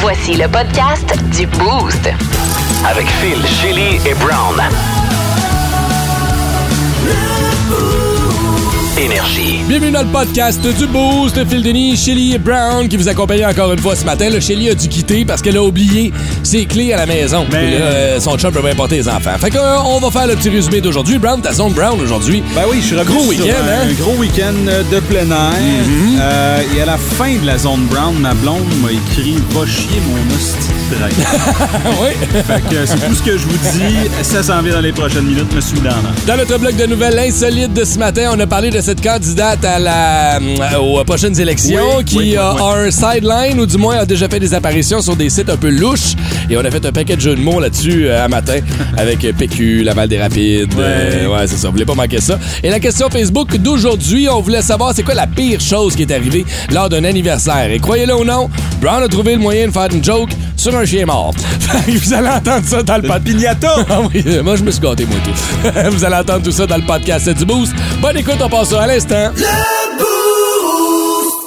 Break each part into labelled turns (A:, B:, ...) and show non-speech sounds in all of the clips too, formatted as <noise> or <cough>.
A: Voici le podcast du Boost.
B: Avec Phil, Chili et Brown. Énergie.
C: Bienvenue dans le podcast du Boost, Phil Denis, Shelly et Brown qui vous accompagnent encore une fois ce matin. Le Shelly a dû quitter parce qu'elle a oublié ses clés à la maison.
D: Mais-
C: Puis là, euh, son chum peut pas importer les enfants. Fait que, euh, on va faire le petit résumé d'aujourd'hui. Brown, ta zone Brown
D: <laughs>
C: aujourd'hui.
D: Ben oui, je suis revenu
C: Gros
D: sur
C: week-end,
D: un
C: hein?
D: gros week-end de plein air. Euh, et à la fin de la zone brown, ma blonde m'a écrit « Va chier mon hostie de <laughs> drague.
C: Ah oui. »
D: Fait que c'est tout ce que je vous dis. Ça s'en vient dans les prochaines minutes, me suis dans là.
C: <laughs> Dans notre bloc de nouvelles insolites de ce matin, on a parlé de cette candidate à la, euh, aux prochaines élections
D: Oui,
C: qui
D: oui, oui,
C: a
D: oui.
C: un sideline ou du moins a déjà fait des apparitions sur des sites un peu louches. Et on a fait un paquet de jeux de mots là-dessus euh, à matin avec euh, PQ, Laval des Rapides. euh, Ouais, c'est ça. Vous voulez pas manquer ça. Et la question Facebook d'aujourd'hui, on voulait savoir c'est quoi la pire chose qui est arrivée lors d'un anniversaire. Et croyez-le ou non, Brown a trouvé le moyen de faire une joke sur un chien mort. <laughs> Vous allez entendre ça dans le podcast.
D: pignata!
C: <laughs> Ah oui, euh, moi je me suis gâté moi tout. <laughs> Vous allez entendre tout ça dans le podcast C'est du Boost. Bonne écoute, on passe ça à l'instant.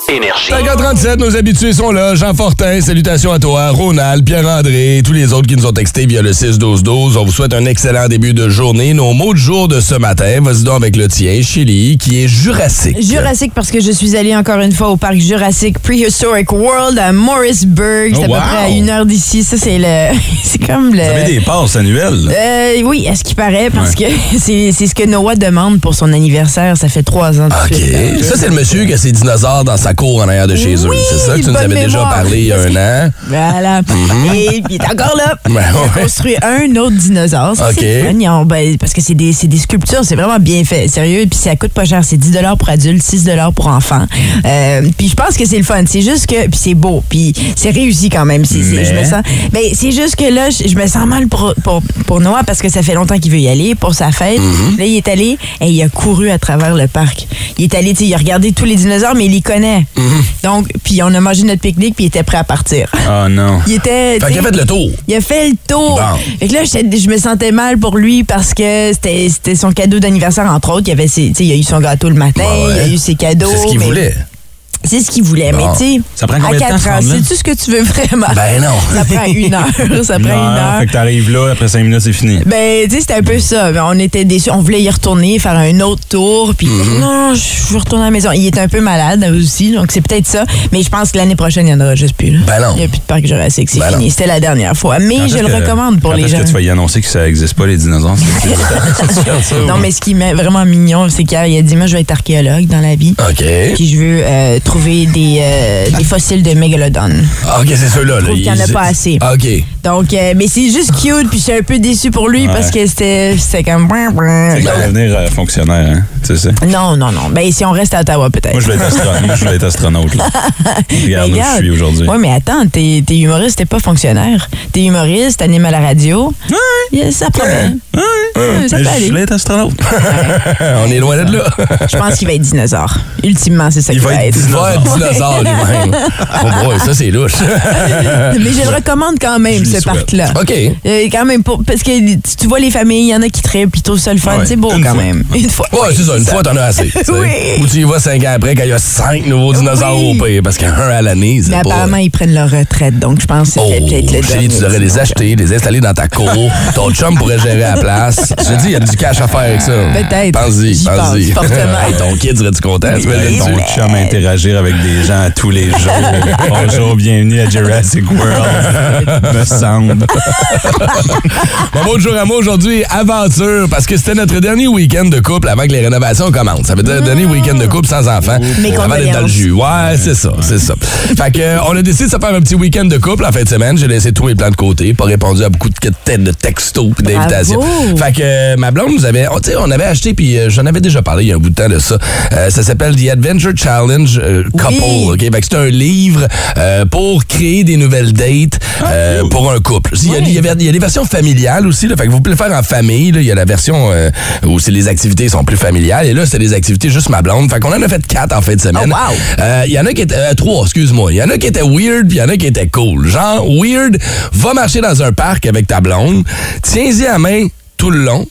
B: Énergie.
C: 5h37, nos habitués sont là. Jean Fortin, salutations à toi. Ronald, Pierre-André, tous les autres qui nous ont texté via le 6-12-12. On vous souhaite un excellent début de journée. Nos mots de jour de ce matin, vas-y donc avec le tien, Chili, qui est jurassique.
E: Jurassique parce que je suis allée encore une fois au parc Jurassic Prehistoric World à Morrisburg. C'est à
C: Oh, wow.
E: peu près à une heure d'ici. Ça, c'est le. <laughs> C'est comme le.
C: des passes annuelles.
E: Euh, oui, à ce qui paraît, parce que <laughs> c'est c'est ce que Noah demande pour son anniversaire. Ça fait trois ans.
C: OK. Ça, c'est le monsieur qui a ses dinosaures dans sa cour en arrière de chez eux.
E: Oui,
C: c'est ça que tu nous
E: bonne
C: avais déjà
E: mémoire.
C: parlé il y a un an.
E: Voilà. Et puis, il est encore là.
C: Mhm. Ben
E: Il
C: ouais.
E: a construit un autre dinosaure. Ça,
C: OK.
E: c'est le fun. Ils ont- ben, parce que c'est des, c'est des sculptures, c'est vraiment bien fait. Sérieux, puis ça coûte pas cher. C'est 10 pour adultes, 6 pour enfants. Euh, puis je pense que c'est le fun. C'est juste que. Puis c'est beau. Puis c'est réussi quand même. C'est- c'est- Je me sens. Ben, c'est juste que là, je je me sens mal pour, pour, pour Noah parce que ça fait longtemps qu'il veut y aller pour sa fête.
C: Mhm.
E: Là, il est allé et il a couru à travers le parc. Il est allé, tu sais, il a regardé tous les dinosaures, mais il les connaît.
C: Mhm.
E: Donc, puis on a mangé notre pique-nique, puis il était prêt à partir.
D: Oh non.
E: Il était.
C: Fait
E: tu
C: qu'il
E: sais,
C: a fait le tour.
E: il a fait le tour.
C: Bon.
E: Fait que là, j'étais- je me sentais mal pour lui parce que c'était c'était son cadeau d'anniversaire, entre autres. Il, y avait ses- tu sais, il a eu son gâteau le matin,
C: Ouais, ouais.
E: il a eu ses cadeaux.
C: C'est ce qu'il
E: mais-
C: voulait.
E: C'est ce qu'il voulait,
C: Bon.
E: mais tu sais.
D: Ça prend combien de
E: à
D: temps,
E: quatre
D: ce
E: ans,
D: round-là?
E: c'est-tu ce que tu veux vraiment?
C: Ben non.
E: Ça prend une heure. Ça prend une heure.
D: Ah, Fait que t'arrives là, après 5 minutes, c'est fini.
E: Ben, tu sais, c'était un peu ça. Ben, On était déçus. On voulait y retourner, faire un autre tour. Puis,
D: Mhm.
E: non, je veux retourner à la maison. Il est un peu malade aussi, donc c'est peut-être ça. Mais je pense que l'année prochaine, il n'y en aura juste plus. là.
C: Ben non.
E: Il n'y a plus de parc jurassique. C'est
C: Ben non.
E: fini. C'était la dernière fois. Mais
D: Quand
E: je
D: est-ce
E: le
D: que-
E: recommande pour
D: quand
E: les
D: est-ce
E: gens.
D: que tu vas y annoncer que ça existe pas, les
E: <laughs>
D: dinosaures? C'est-
E: Non, mais ce qui m'est vraiment mignon, c'est qu'il a dit Moi, je vais être archéologue dans la
D: Ah.
E: vie.
C: OK.
E: Puis je veux euh, trouver des, euh, des fossiles de mégalodon.
C: Ah, OK, c'est ceux-là. là.
E: trouve qu'il y en a
C: Ils-
E: pas assez.
C: Ah, OK.
E: Donc, euh, mais c'est juste cute, puis je suis un peu déçu pour lui parce que c'était c'était comme.
D: C'est
C: Ben,
D: qu'il va devenir euh, fonctionnaire, hein? Tu sais.
E: Non, non, non. Ben, si on reste à Ottawa, peut-être.
D: Moi,
E: <laughs>
D: je vais être astronaute. Moi, je vais être astronaute. là.
C: Ah,
D: Regarde où je suis aujourd'hui.
E: Oui, mais attends, t'es t'es humoriste, t'es pas fonctionnaire. T'es humoriste, t'animes à la radio. Yeah, ça prend bien. Ouais, ça
D: Mais
E: peut
D: je
E: aller.
D: voulais être astronaute.
C: <laughs> On est loin
D: <laughs>
C: de là.
E: Je pense qu'il va être dinosaure. Ultimement, c'est ça qu'il va être.
C: Ouais, dinosaure
D: <laughs>
C: lui-même. Oh boy, ça c'est louche.
E: Mais je le recommande quand même,
D: lui
E: ce
D: souhaite.
E: parc-là.
C: OK.
E: Euh, quand même, pour- parce que tu, tu vois les familles, il y en a qui trippent, puis ils trouvent ça le fun.
D: Ouais,
E: C'est beau
D: une
E: quand
D: fois.
E: même. Une fois.
C: Ouais, c'est ça, une fois t'en as assez. tu sais.
E: Oui.
C: Ou tu y vas cinq ans après quand il y a cinq nouveaux dinosaures
E: Oui.
C: au pire, parce qu'un à l'année, c'est
E: Mais
C: pas.
E: apparemment, ils prennent leur retraite, donc je pense que
C: Oh,
E: c'était peut-être le
C: Chérie, tu
E: dernier,
C: devrais les
E: sinon.
C: acheter, les installer dans ta cour. Ton chum pourrait gérer à la place. Je te dis, il y a du cash à faire avec ça.
E: Peut-être.
C: Pense-y,
E: J'y pense,
C: pense-y.
E: fortement.
C: Hey, ton kid serait-tu content? tu me
D: Imagine
C: dis,
D: ton
C: ton-
D: chum interagir avec des gens tous les jours.
E: <laughs>
D: Bonjour, bienvenue à Jurassic
E: <laughs>
D: World. Me semble.
C: Mon mot de jour à moi aujourd'hui, aventure, parce que c'était notre dernier week-end de couple avant que les rénovations commencent. Ça veut dire dernier week-end de couple sans enfants.
E: Ah. Mes
C: avant d'être dans le
E: condoléances.
C: jus. Ouais, c'est ça, c'est ça. Fait que, euh, on a décidé de se faire un petit week-end de couple en fin de semaine. J'ai laissé tous les plans de côté, pas répondu à beaucoup de têtes de textos puis d'invitations.
E: Bravo.
C: Fait que euh, ma blonde nous avait, oh, tu sais, on avait acheté puis euh, j'en avais déjà parlé il y a un bout de temps de ça. Euh, ça s'appelle The Adventure Challenge euh, Couple.
E: Oui.
C: ok? Fait que c'est un livre euh, pour créer des nouvelles dates euh,
D: cool.
C: pour un couple. Il y a-
E: Ah, Oui.
C: il y a- il y a des versions familiales aussi, là, fait que vous pouvez le faire en famille. là. Il y a la version euh, où c'est les activités sont plus familiales. Et là, c'est des activités juste ma blonde. Fait qu'on en a fait quatre en fin de semaine.
E: Oh, wow.
C: Euh, Il y en a qui étaient... euh, trois, excuse-moi. Il y en a qui étaient weird, puis il y en a qui étaient cool. Genre, weird, va marcher dans un parc avec ta blonde, tiens-y à main tout le long.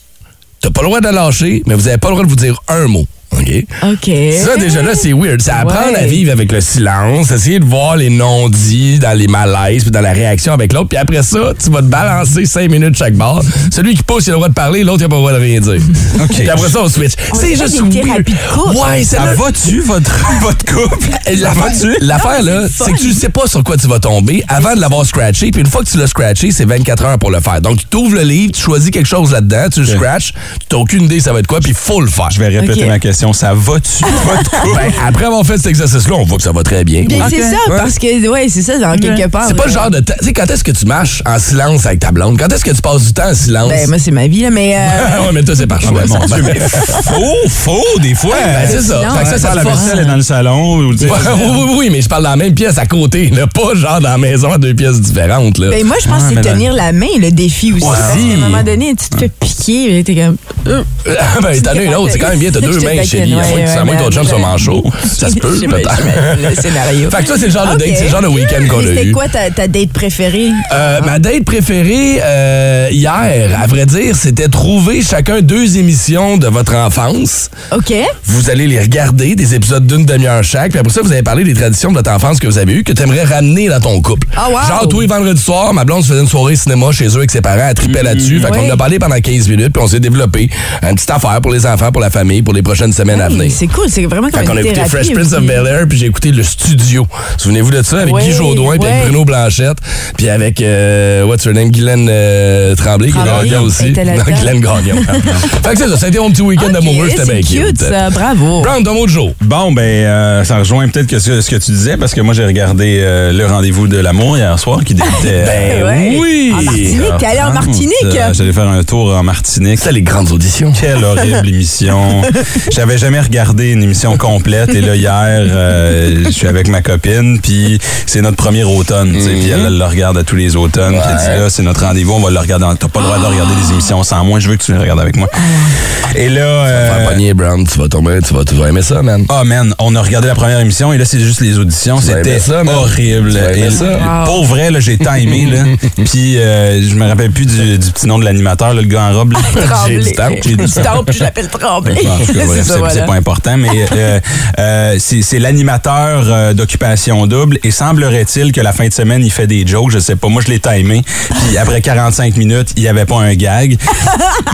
C: T'as pas le droit de la lâcher, mais vous avez pas le droit de vous dire un mot. OK?
E: OK.
C: Ça, déjà là, c'est weird. C'est apprendre
E: Ouais.
C: à vivre avec le silence, essayer de voir les non-dits dans les malaises, puis dans la réaction avec l'autre. Puis après ça, tu vas te balancer cinq minutes chaque barre. Celui qui pousse, il a le droit de parler, l'autre, il a pas le droit de rien
D: <laughs>
C: dire. OK. Puis après ça, on switch. C'est
E: fait
C: juste
E: des thérapies de couple.
C: Ouais, c'est
D: Ça
C: là-
D: va-tu, votre, <laughs> votre couple?
C: L'affaire, l'affaire, là, c'est que tu sais pas sur quoi tu vas tomber avant de l'avoir scratché. Puis une fois que tu l'as scratché, c'est 24 heures pour le faire. Donc, tu t'ouvres le livre, tu choisis quelque chose là-dedans, tu le scratches, tu aucune idée ça va être quoi, puis faut le faire.
D: Je vais répéter
E: Ok.
D: ma question. Ça
E: <laughs>
D: va-tu, votre couple?
C: Ben, après avoir fait cet exercice-là, on voit que ça va très bien.
E: Ben, c'est
D: Ok.
E: ça,
C: Ouais.
E: parce que, ouais, c'est ça, dans quelque part.
C: C'est pas
E: là.
C: le genre de. temps- Tu sais, quand est-ce que tu marches en silence avec ta blonde? Quand est-ce que tu passes du temps en silence?
E: Ben, moi, c'est ma vie, là, mais.
C: <laughs>
E: euh,
C: Ah <laughs> ouais, mais toi, c'est par choix.
D: mon
C: ça. <laughs>
D: Dieu, mais faux, faux, des fois.
C: Ben, c'est ça.
E: Non,
C: Fait que ça,
D: ça,
C: ça se
D: la
C: force.
D: vaisselle est dans le salon. Ou, tu sais,
C: Ouais, oui, oui, oui, mais je parle dans la même pièce à côté, là, pas genre dans la maison à deux pièces différentes. Là.
E: Ben moi, je pense
D: Ouais,
E: que
D: mais
E: c'est
D: là-
E: tenir la main, le défi aussi.
C: Ouais.
E: Parce qu'à un moment donné, tu te fais piquer, et t'es comme. Euh,
C: Ah, <laughs> ben, t'en as une autre, c'est quand même bien, t'as
E: <laughs> Je
C: deux
E: te
C: mains
E: taquine,
C: chez lui. À
E: ouais,
C: moins que-
E: ouais,
C: à moins que ton
E: ouais,
C: chum soit
E: ouais.
C: mancho. Ça
E: <laughs>
C: se peut,
E: je sais pas,
C: peut-être.
E: j'imagine
C: <laughs>
E: Le scénario.
C: Fait que toi, c'est le genre de
E: Ok.
C: date, c'est le genre de week-end qu'on
E: Mais
C: a
E: C'était
C: eu.
E: quoi ta, ta date préférée?
C: Euh, ma date préférée euh, hier, à vrai dire, c'était trouver chacun deux émissions de votre enfance.
E: OK.
C: Vous allez les regarder, des épisodes d'une demi-heure chaque. Puis après ça, vous allez parler des traditions de votre enfance que vous avez eues, que tu aimerais ramener dans ton couple.
E: Ah, wow!
C: Genre, tous les vendredis soirs, ma blonde se faisait une soirée cinéma chez eux avec ses parents, elle
E: Mm-hmm.
C: tripait là-dessus. Fait qu'on
E: Ouais.
C: a parlé pendant 15 minutes, puis on s'est développé une petite affaire pour les enfants, pour la famille, pour les prochaines semaines à
E: Hey,
C: venir.
E: C'est cool, c'est vraiment
C: Fait
E: comme
C: qu'on
E: une
C: a écouté
E: thérapie
C: Fresh Prince of
E: aussi.
C: Bel Air, puis j'ai écouté Le Studio. Souvenez-vous de ça, avec
E: Ouais,
C: Guy Jodoin, puis avec
E: ouais.
C: Bruno Blanchette, puis avec, euh, what's her name, Guylaine euh, Tremblay, qui est
E: Tremblay,
C: gagnant
E: elle
C: aussi.
E: était
C: Non,
E: là-dedans.
C: Guylaine Gagnon.
E: <laughs>
C: fait que c'est ça, ça a été mon petit week-end
E: Ok,
C: d'amoureux, c'était bien
E: c'est
C: cute.
E: cute, ça. Bravo.
C: Brown, ton mot de jour.
D: Bon, ben, euh, ça rejoint peut-être que ce, ce que tu disais, parce que moi, j'ai regardé euh, le rendez-vous de l'amour hier soir qui débutait.
C: Ben
E: <laughs> Ouais.
C: oui!
E: En Martinique, t'es allé en Martinique?
D: Euh, J'allais faire un tour en Martinique.
C: C'était les grandes auditions.
D: Quelle horrible émission. J'avais jamais regardé une émission complète et là hier, euh, je suis avec ma copine puis c'est notre premier automne, tu sais, puis elle, elle le regarde à tous les automnes, puis elle dit là c'est notre rendez-vous, on va le regarder. en- T'as pas le droit de regarder des émissions sans moi, je veux que tu les regardes avec moi. Et là
C: Ah. Faire
D: euh,
C: pogner, Brown, tu vas tomber, tu vas, tu vas aimer ça, man.
D: Oh man, on a regardé la première émission et là c'est juste les auditions,
C: vas
D: c'était
C: aimer ça, man.
D: horrible.
C: Tu vas aimer
D: Et
C: ça.
E: Wow.
D: Pour vrai là, j'ai tant aimé
C: <laughs>
D: là. Puis euh, je me rappelle plus du, du petit nom de l'animateur, là, le gars en robe. là.
E: Tremblay.
D: J'ai du temps,
E: <laughs>
D: j'ai du
E: Je tombe, je l'appelle Tremblay.
C: Ah,
D: Bon, en tout cas, bref,
E: <laughs> C'est
D: c'est
E: ça, voilà.
D: c'est pas important, mais euh, euh, c'est c'est l'animateur euh, d'occupation double et semblerait-il que la fin de semaine, il fait des jokes, je sais pas, moi je l'ai timé, puis après 45 minutes, il y avait pas un
E: <laughs>
D: gag.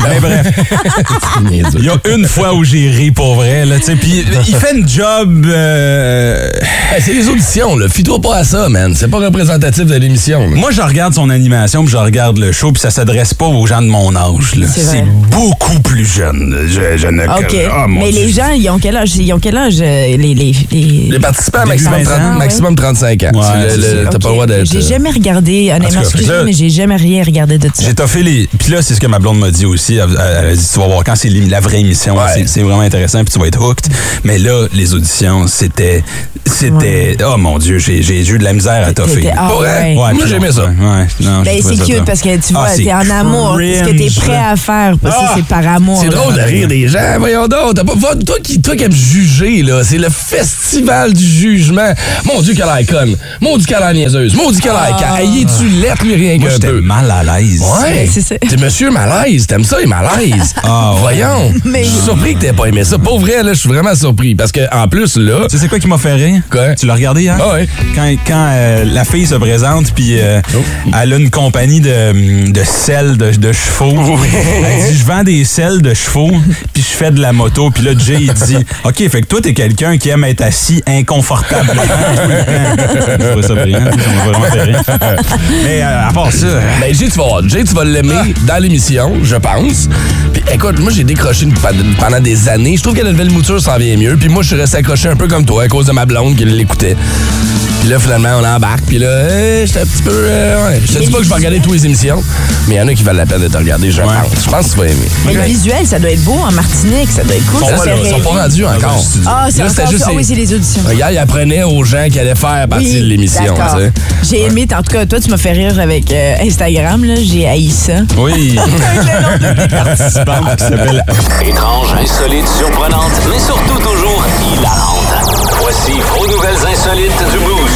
D: mais bref,
E: Ah.
D: il y a une fois où j'ai ri pour vrai, là, tu sais, puis il fait une job... euh,
C: Hey, c'est les auditions, là. Fie-toi pas à ça, man. C'est pas représentatif de l'émission. là.
D: Moi, je regarde son animation, puis je regarde le show, puis ça s'adresse pas aux gens de mon âge, là.
E: C'est vrai.
D: C'est beaucoup plus jeune. Je, je ne...
E: OK.
D: Ah,
C: Oh,
D: mon
E: mais les
D: Dieu.
E: gens, ils ont quel âge? Ils ont quel âge? euh, Les, les, les...
C: Les participants,
D: Début
C: maximum,
D: 20 ans,
C: 30
E: ouais.
C: maximum 35 ans.
D: Ouais,
C: C'est le-
D: c'est
C: le-
D: ça.
C: T'as pas le droit
E: Ok.
C: d'être. euh,
E: J'ai jamais regardé, honnêtement,
D: cas,
E: excusez-moi,
D: là-
E: mais j'ai jamais rien regardé de ça.
D: J'ai toffé les. Puis là, c'est ce que ma blonde m'a dit aussi. Elle, elle a dit Tu vas voir quand c'est l'ém- la vraie émission. là, c'est- C'est vraiment intéressant, puis tu vas être hooked. Mais là, les auditions, c'était. C'était. Oh mon Dieu, j'ai j'ai eu de la misère à toffer.
E: T'étais- ah,
C: Pour vrai?
E: ouais.
C: Moi,
D: puis
C: j'aimais
D: non,
C: ça.
D: Ouais, non, j'ai
E: Ben,
D: trouvé
E: c'est
D: ça
E: cute
D: tough.
E: parce que tu
D: Ah,
E: vois,
D: c'est
E: t'es en amour. C'est ce que t'es
D: cringe,
E: prêt
D: là.
E: à faire. Parce que
D: Ah!
E: c'est par amour.
C: C'est
E: là.
C: drôle de rire des gens, voyons donc. T'as pas, va- toi, qui, toi qui aimes juger, là, c'est le festival du jugement. Mon Dieu, qu'elle a conne. Mon Dieu, qu'elle a niaiseuse. Mon Dieu, qu'elle a conne. Hey, tu lettre, lui, rien
D: Ah. Moi,
C: qu'un
D: j'étais
C: peu.
D: mal à l'aise.
C: Ouais.
E: C'est ça.
C: T'es monsieur malaise. T'aimes ça, les malaises.
D: Ah, ouais.
C: Voyons.
E: Mais-
C: Je suis surpris que t'aies pas aimé ça. Pour vrai, là, je suis vraiment surpris. Parce que, en plus, là.
D: Tu sais, c'est quoi qui m'a fait rire?
C: Quoi?
D: Tu l'as regardé hier?
C: Ah ouais.
D: Quand, quand euh, la fille se présente, puis euh,
C: Oh.
D: elle a une compagnie de, de selles de, de chevaux. Elle dit Je vends des selles de chevaux, puis je fais de la moto. Puis là, Jay, il dit OK, fait que toi, t'es quelqu'un qui aime être assis
C: <laughs>
D: inconfortablement. Je trouve ça brillant. Ça m'a vraiment fait rire. Mais euh, à part ça.
C: Ben, Jay, tu vas voir. Jay, tu vas l'aimer
E: Ah.
C: dans l'émission, je pense. Puis écoute, moi, j'ai décroché une- pendant des années. Je trouve que la nouvelle mouture s'en vient mieux. Puis moi, je suis resté accroché un peu comme toi à cause de ma blonde qui l'écoutait. Puis là, finalement, on embarque. Puis là, euh, j'étais un petit peu. euh, ouais. Je te dis pas que je vais regarder toutes les émissions, mais il y en a qui valent la peine de te regarder, je pense. Je pense que tu vas aimer.
E: Mais le visuel, ça doit être beau en Martinique. Ça doit être cool.
C: Ils sont
E: ça
C: pas, là,
E: fait
C: ils sont
E: rêver.
C: pas rendus encore.
E: Ah, c'est
C: Là, c'était
E: encore
C: juste
E: ça. Ah
C: les-
E: oui, c'est les auditions.
C: Regarde, ils apprenaient aux gens qui allaient faire partie
E: Oui,
C: de l'émission. hein,
E: d'accord.
C: tu sais.
E: J'ai aimé, en tout cas, toi, tu m'as fait rire avec euh, Instagram, là. J'ai
C: <laughs>
E: haï ça.
D: Oui.
E: Avec le nom de-
D: Participante qui s'appelle
B: Étrange, insolite, surprenante, mais surtout toujours hilarante. Voici vos nouvelles insolites du Boost.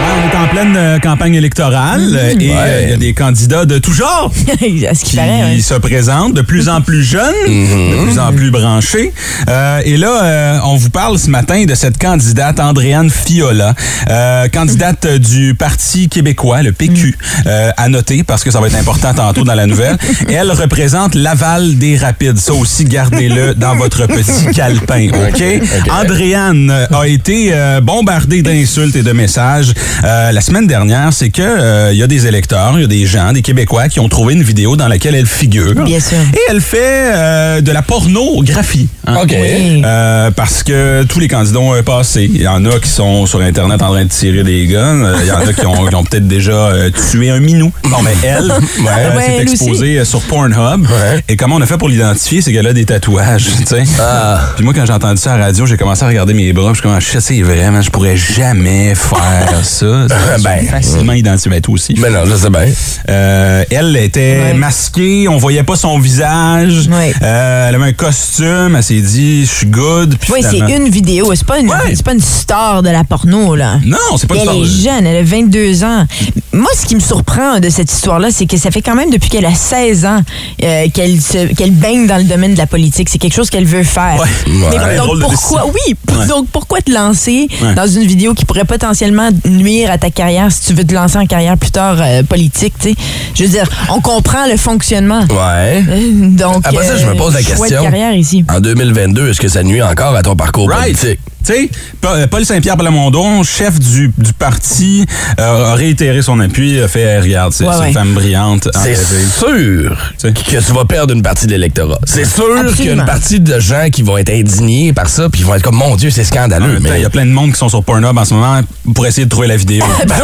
D: Ouais, on est en pleine euh, la campagne électorale euh,
C: Mm-hmm.
D: et euh, il y a des candidats de tout genre
E: <laughs> à ce qui
D: qui
E: paraît, hein. ouais.
D: se présentent de plus en plus jeunes, de plus en plus branchés. Euh, et là, euh, on vous parle ce matin de cette candidate, Andréane Fiola, euh, candidate du Parti québécois, le PQ, euh, à noter parce que ça va être important tantôt dans la nouvelle. Elle représente l'aval des rapides. Ça aussi, gardez-le dans votre petit calepin, OK? Andréane a été euh, bombardée d'insultes et de messages euh, la semaine dernière. C'est que euh, il y a des électeurs, il y a des gens, des Québécois qui ont trouvé une vidéo dans laquelle elle figure.
E: Bien sûr.
D: Et elle fait euh, de la pornographie. hein.
C: OK.
E: Oui.
D: Euh, parce que tous les candidats ont un passé. Il y en a qui sont sur Internet en train de tirer des guns. Euh, Il y en a qui ont, qui ont peut-être déjà euh, tué un minou. Non, mais elle, euh,
E: <laughs> Ouais,
D: s'est
E: elle
D: exposée euh, sur Pornhub. Et comment on a fait pour l'identifier, c'est qu'elle a des tatouages, tu sais.
E: Ah.
C: Ah.
D: Puis moi, quand j'ai entendu ça à la radio, j'ai commencé à regarder mes bras. puis Je suis comme, Ah, Shit, c'est vrai, man, je pourrais jamais
E: <laughs>
D: faire ça. ben,
E: euh,
D: facilement identifié. Ben, toi aussi.
C: Mais non, je sais bien.
D: Euh, elle était
E: Ouais.
D: masquée, on voyait pas son visage.
E: Ouais.
D: Euh, elle avait un costume, elle s'est dit je suis good. Puis
E: Oui, c'est
D: finalement-
E: une vidéo. C'est pas, une-
D: Ouais.
E: c'est pas une star de la porno, là.
D: Non, c'est pas
E: Puis
D: une
E: elle est
D: histoire.
E: jeune, elle a 22 ans. Moi, ce qui me surprend de cette histoire-là, c'est que ça fait quand même depuis qu'elle a 16 ans euh, qu'elle se- qu'elle baigne dans le domaine de la politique. C'est quelque chose qu'elle veut faire.
D: Ouais.
E: Mais
D: Ouais.
E: donc,
D: Drôle de
E: pourquoi,
D: décision.
E: oui,
D: Ouais.
E: donc pourquoi te lancer
D: Ouais.
E: dans une vidéo qui pourrait potentiellement nuire à ta carrière si tu veux te lancer en carrière plus tard euh, politique, tu sais? Je veux dire, on comprend le fonctionnement.
C: Ouais.
E: Euh, Donc, euh,
C: Après ça, je me pose la
E: choix de
C: question.
E: carrière ici.
C: En 2022, est-ce que ça nuit encore à ton parcours
D: Right.
C: politique?
D: Tu sais, Pa- euh, Paul Saint-Pierre Plamondon, chef du, du parti, euh, a réitéré son appui, a fait regarde, c'est
E: Ouais,
D: c'est une
E: ouais.
D: femme brillante,
C: C'est
D: enrêvée.
C: sûr
D: ben, sais.
C: que tu vas perdre une partie de l'électorat. C'est sûr
E: Absolument.
C: qu'il y a une partie de gens qui vont être indignés par ça, puis ils vont être comme, mon Dieu, c'est
D: En
C: scandaleux.
D: même temps, Il y a plein de monde qui sont sur Pornhub en ce moment pour essayer de trouver
C: <laughs>
D: la vidéo.
C: Ah,
D: Ben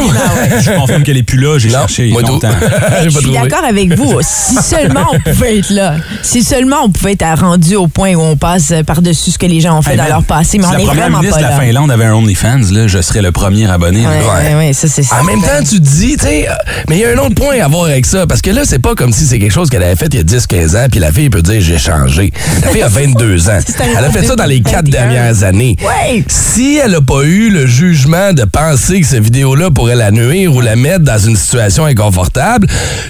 D: Je confirme qu'elle est plus là, j'ai
C: ben Non,
D: cherché
C: moi tout.
D: longtemps.
C: <laughs> J'ai
E: Je
C: pas
E: suis
C: trouvé.
E: d'accord avec
D: <laughs>
E: vous. Si seulement on pouvait être là. Si seulement on pouvait être rendu au point où on passe par-dessus ce que les gens ont fait
D: Hey,
E: dans
D: man,
E: leur passé, mais
D: si
E: on
D: la
E: est
D: première
E: vraiment
D: ministre
E: pas
D: de la
E: là.
D: Finlande avait un OnlyFans, là, je serais le premier abonné. là.
E: Ouais, ouais, ouais, ça c'est ça.
C: En même temps, tu te dis, tu sais, euh, mais il y a un autre point à voir avec ça, parce que là, c'est pas comme si c'est quelque chose qu'elle avait fait il y a 10-15 ans, puis la fille peut dire, j'ai changé. La
E: <laughs>
C: fille a 22 ans.
E: C'est un
C: Elle a fait ça dans les quatre
E: 21.
C: dernières années.
E: Ouais.
C: Si elle a pas eu le jugement de penser que cette vidéo-là pourrait la nuire ou la mettre dans une situation inconfortable,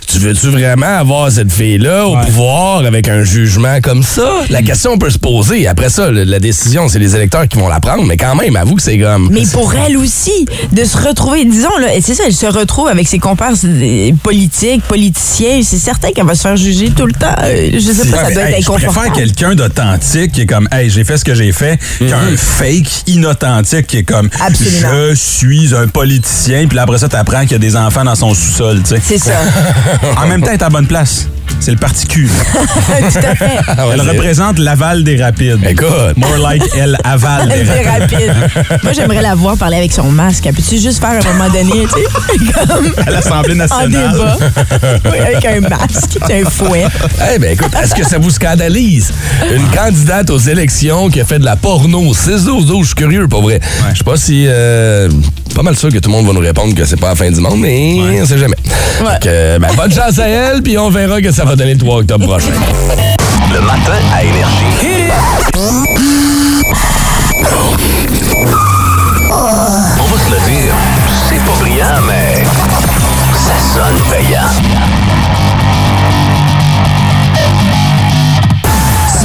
C: tu veux-tu vraiment avoir cette fille-là au pouvoir avec un jugement comme ça? La question peut se poser. Après ça, le- la décision, c'est les électeurs qui vont la prendre, mais quand même, avoue que c'est comme...
E: Mais
C: <laughs>
E: pour elle aussi, de se retrouver, disons, là, et c'est ça, elle se retrouve avec ses compères euh, politiques, politiciens, c'est certain qu'elle va se faire juger tout le temps. Euh, Je sais pas,
D: Ouais,
E: ça
D: mais,
E: doit être
D: hey, je préfère
E: inconfortable.
D: quelqu'un d'authentique qui est comme Hey, j'ai fait ce que j'ai fait
C: Mhm.
D: qu'un fake inauthentique qui est comme
E: Absolument.
D: Je suis un politicien, puis là, après ça, t'apprends qu'il y a des enfants dans son sous-sol. tu sais. <laughs>
E: C'est ça. <laughs>
D: en même temps, elle est à bonne place. C'est le parti cul.
E: tout à fait.
C: Ah ouais,
D: Elle
C: c'est-
D: représente l'aval des rapides.
C: Écoute.
D: More like elle avale des
E: C'est
D: rapides.
E: rapide. Moi, j'aimerais la voir parler avec son masque. Peux-tu juste faire à un moment donné, tu sais, <laughs> comme
D: À l'Assemblée
E: en
D: nationale.
E: débat, Oui, avec un masque, un fouet.
C: Eh ben écoute, est-ce que ça vous scandalise? Une candidate aux élections qui a fait de la porno, 6 12 12 je suis curieux, pas vrai. Je sais pas si... euh, pas mal sûr que tout le monde va nous répondre que c'est pas la fin du monde, mais on sait jamais.
E: Ouais.
C: Fait que, ben, bonne chance à elle, puis on verra que ça va donner le 3 octobre prochain.
B: Le matin à Énergie. On va se le dire, c'est pas brillant, mais ça sonne payant.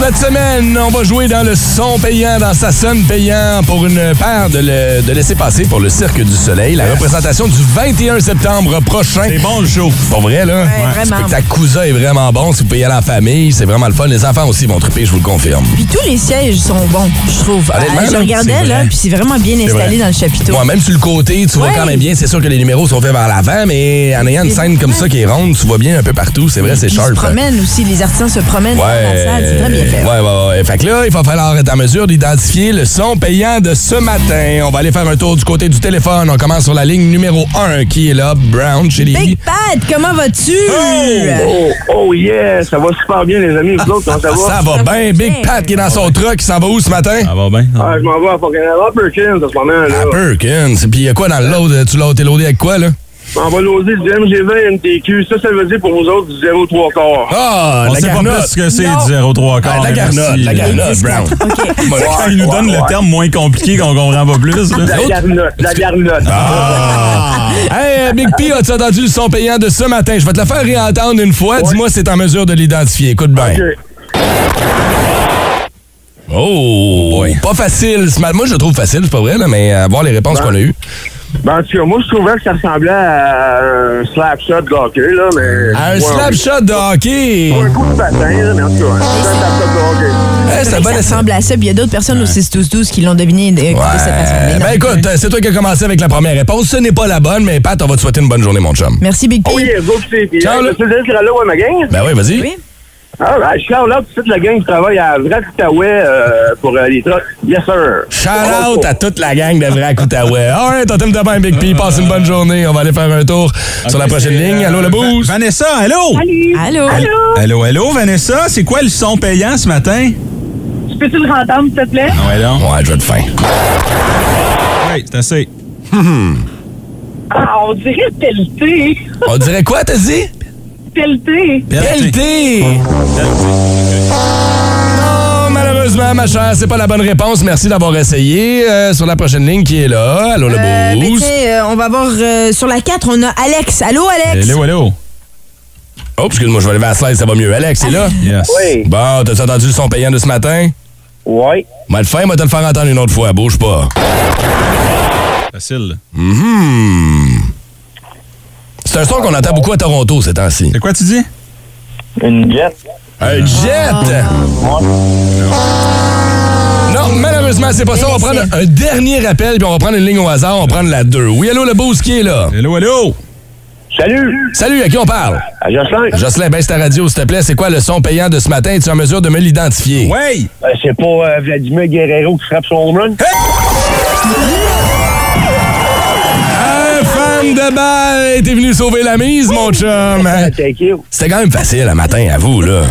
C: Cette semaine, on va jouer dans le son payant, dans sa sonne payant pour une paire de, le- de laisser-passer pour le Cirque du Soleil. La représentation du 21 septembre prochain.
D: C'est bon le show.
C: Pas vrai, là? Le
E: vraiment.
C: spectacle Cousin est vraiment bon. Si vous pouvez y aller en famille, c'est vraiment le fun. Les enfants aussi vont triper, je vous le confirme.
E: Puis tous les sièges sont bons, je trouve.
C: Honnêtement,
E: Ah, je
C: là,
E: regardais,
C: c'est
E: là,
C: vrai.
E: puis c'est vraiment bien
C: vrai.
E: installé dans le chapiteau.
C: Ouais, même sur le côté, tu vois
E: Ouais.
C: quand même bien. C'est sûr que les numéros sont faits vers l'avant, mais en ayant une scène comme ça qui est ronde, tu vois bien un peu partout. C'est vrai, c'est
E: Puis Ils se
C: sharp.
E: promènent aussi, les artisans se promènent
C: Ouais.
E: dans la salle. C'est très bien fait.
C: Ouais, ouais, ouais. Fait que là, il va falloir être en mesure d'identifier le son payant de ce matin. On va aller faire un tour du côté du téléphone. On commence sur la ligne numéro 1 qui est là, Brown, chez les.
E: Big Pat, comment vas-tu?
F: Oh, oh yeah, ça va super bien les amis, vous autres, comment ça
C: Ça
F: va?
C: va bien. Big Pat qui est dans son truck, il s'en va où ce matin?
D: <laughs> Ça va bien.
F: Ah, je m'en vais à fucking Perkins en ce moment là.
C: Euh. À Perkins. Puis il y a quoi dans l'autre? Tu l'as t'es loadé avec quoi, là?
F: On va l'oser du MG20 MTQ. Ça, ça veut dire pour vous autres du 0 3 quarts.
C: Ah,
D: On
C: la
D: sait pas
C: garnotte.
D: plus ce que c'est
E: Non.
D: du 0,3
C: Ah, la
D: quart. là,
C: garnotte,
D: merci.
C: la garnotte,
E: Merci.
C: Brown.
D: Quand il nous donne le terme moins compliqué qu'on comprend pas plus. là.
F: La garnotte, la garnotte.
C: Ah. Hey, euh, Big P, as-tu entendu le son payant de ce matin? Je vais te le faire réentendre une fois. Dis-moi si t'es en mesure de l'identifier. Écoute bien.
F: Ok.
C: Oh, pas facile. ce matin. Moi, je le trouve facile, c'est pas vrai, là, mais euh, voir les réponses qu'on a eues.
F: Ben, en tout cas, moi, je trouvais que ça ressemblait à un slap shot de hockey, là, mais.
C: Un
F: Ouais,
C: slap shot de hockey.
F: Un coup de patin, là, mais en tout cas, c'est un slap shot de hockey.
C: Hey,
E: C'est
C: c'est un bon
E: vrai que ça
C: essai.
E: ressemble à ça, puis il y a d'autres personnes au 6-12-12 qui l'ont deviné de, de cette façon.
C: Ouais. Ben écoute, euh, c'est toi qui as commencé avec la première réponse. Ce n'est pas la bonne, mais Pat, on va te souhaiter une bonne journée, mon chum.
E: Merci, Big P.
F: Oh yeah, go pis c'est.
C: Ciao,
F: Ciao,
C: là.
F: là. Tu veux dire que là, ouais, ma gang?
C: Ben oui, vas-y.
E: Oui.
F: Ah, ben, shout out, toute la gang qui travaille à Vracoutaouais euh, pour euh, les trucks. Yes, sir.
C: Shout out à toute la gang de Vracoutaouais. Ah Alright, on t'aime de bien, Big P. Passe une bonne journée. On va aller faire un tour sur la prochaine ligne. Allô, le boost.
D: euh, Vanessa, allô?
E: Allô?
D: Allô, allô, Vanessa, c'est quoi le son payant ce matin? Ah,
G: Je peux-tu le rentendre, s'il te plaît?
D: Ouais, non.
C: Ouais, je vais te faire.
D: Hey, c'est assez.
G: Ah, on dirait pelleté.
C: On dirait quoi, t'as dit?
G: Pelleté.
C: Pelleté! Non, Malheureusement, ma chère, c'est pas la bonne réponse. Merci d'avoir essayé. Euh, sur la prochaine ligne qui est là. Allô, le
E: Euh, ben,
C: boost.
E: tiens, euh, on va voir euh, sur la 4, on a Alex. Allô, Alex?
D: Allô, allô.
C: Oh, excuse-moi, je vais lever la slide, ça va mieux. Alex, est là?
D: Yes.
F: Oui.
C: Bon, t'as-tu entendu le son payant de ce matin?
F: Ouais.
C: Moi, le fin, moi, te le faire entendre une autre fois. Bouge pas.
D: Facile.
C: Hmm. C'est un son qu'on entend beaucoup à Toronto ces temps-ci.
D: C'est quoi tu dis?
F: Une jet.
D: Ah.
C: Un jet! Non, malheureusement, c'est pas ça. On va prendre un dernier appel, puis on va prendre une ligne au hasard. On va prendre la 2. Oui, allô, le boost qui est là?
D: Allô, allô.
F: Salut.
C: Salut, à qui on parle?
F: À Jocelyn.
C: Jocelyn, baisse ta radio, s'il te plaît. C'est quoi le son payant de ce matin? Es-tu en mesure de me l'identifier?
D: Ouais.
F: Ben, c'est pas euh, Vladimir Guerrero qui frappe son home run?
C: Un fan de balle était venu sauver la mise, mon chum. Hein?
F: Thank you.
C: C'était quand même facile, à matin, à vous, là.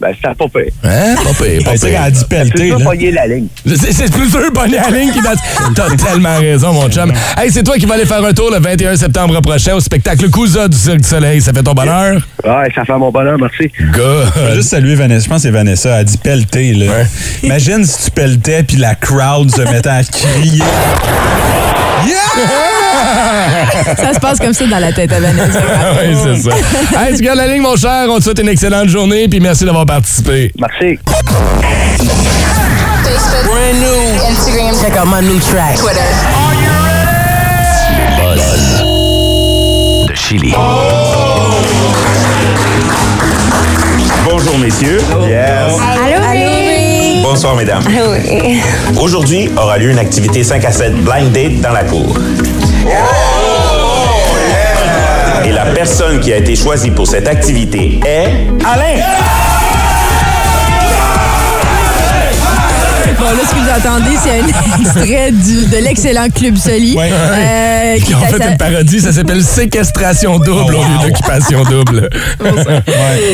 F: Ben, ça a pas fait.
C: Hein? Pas pire, pas
D: Hey, tu sais,
C: pire.
D: quand elle dit
F: Tu
D: pelleté,
F: peux
D: là.
F: pogner la ligne.
C: C'est c'est plus dur, Bonnie ligne qui <laughs> date. T'as tellement raison, mon chum. Hey, c'est toi qui vas aller faire un tour le 21 septembre prochain au spectacle Cousa du Cirque du Soleil. Ça fait ton bonheur?
F: Ouais, ça fait mon bonheur, merci.
D: Je veux
C: Good.
D: Juste saluer Vanessa, je pense que c'est Vanessa, elle dit pelleté, là.
C: Ouais.
D: Imagine si tu pelletais puis la crowd se mettait
C: <laughs>
D: à crier.
E: Ça se passe comme ça dans la tête
C: <laughs>
E: à Vanessa.
C: Ah oui, c'est ça. <laughs> Hey, tu gardes la ligne, mon cher. On te souhaite une excellente journée, puis merci d'avoir participé.
F: Merci.
H: Brand new. Instagram. Check out my new track. Twitter.
B: de Chili.
I: Bonjour messieurs. Yes.
E: Allô? Allô?
I: Bonsoir mesdames. Aujourd'hui aura lieu une activité 5 à 7 blind date dans la cour. Et la personne qui a été choisie pour cette activité est Alain.
E: Bon, là, ce que vous entendez, c'est un <laughs> extrait du- de l'excellent Club Soli.
D: Ouais.
E: euh, qui
C: Ils ont
E: est à
C: fait
E: sa-
C: une parodie, ça s'appelle Séquestration double au lieu d'occupation <laughs> double.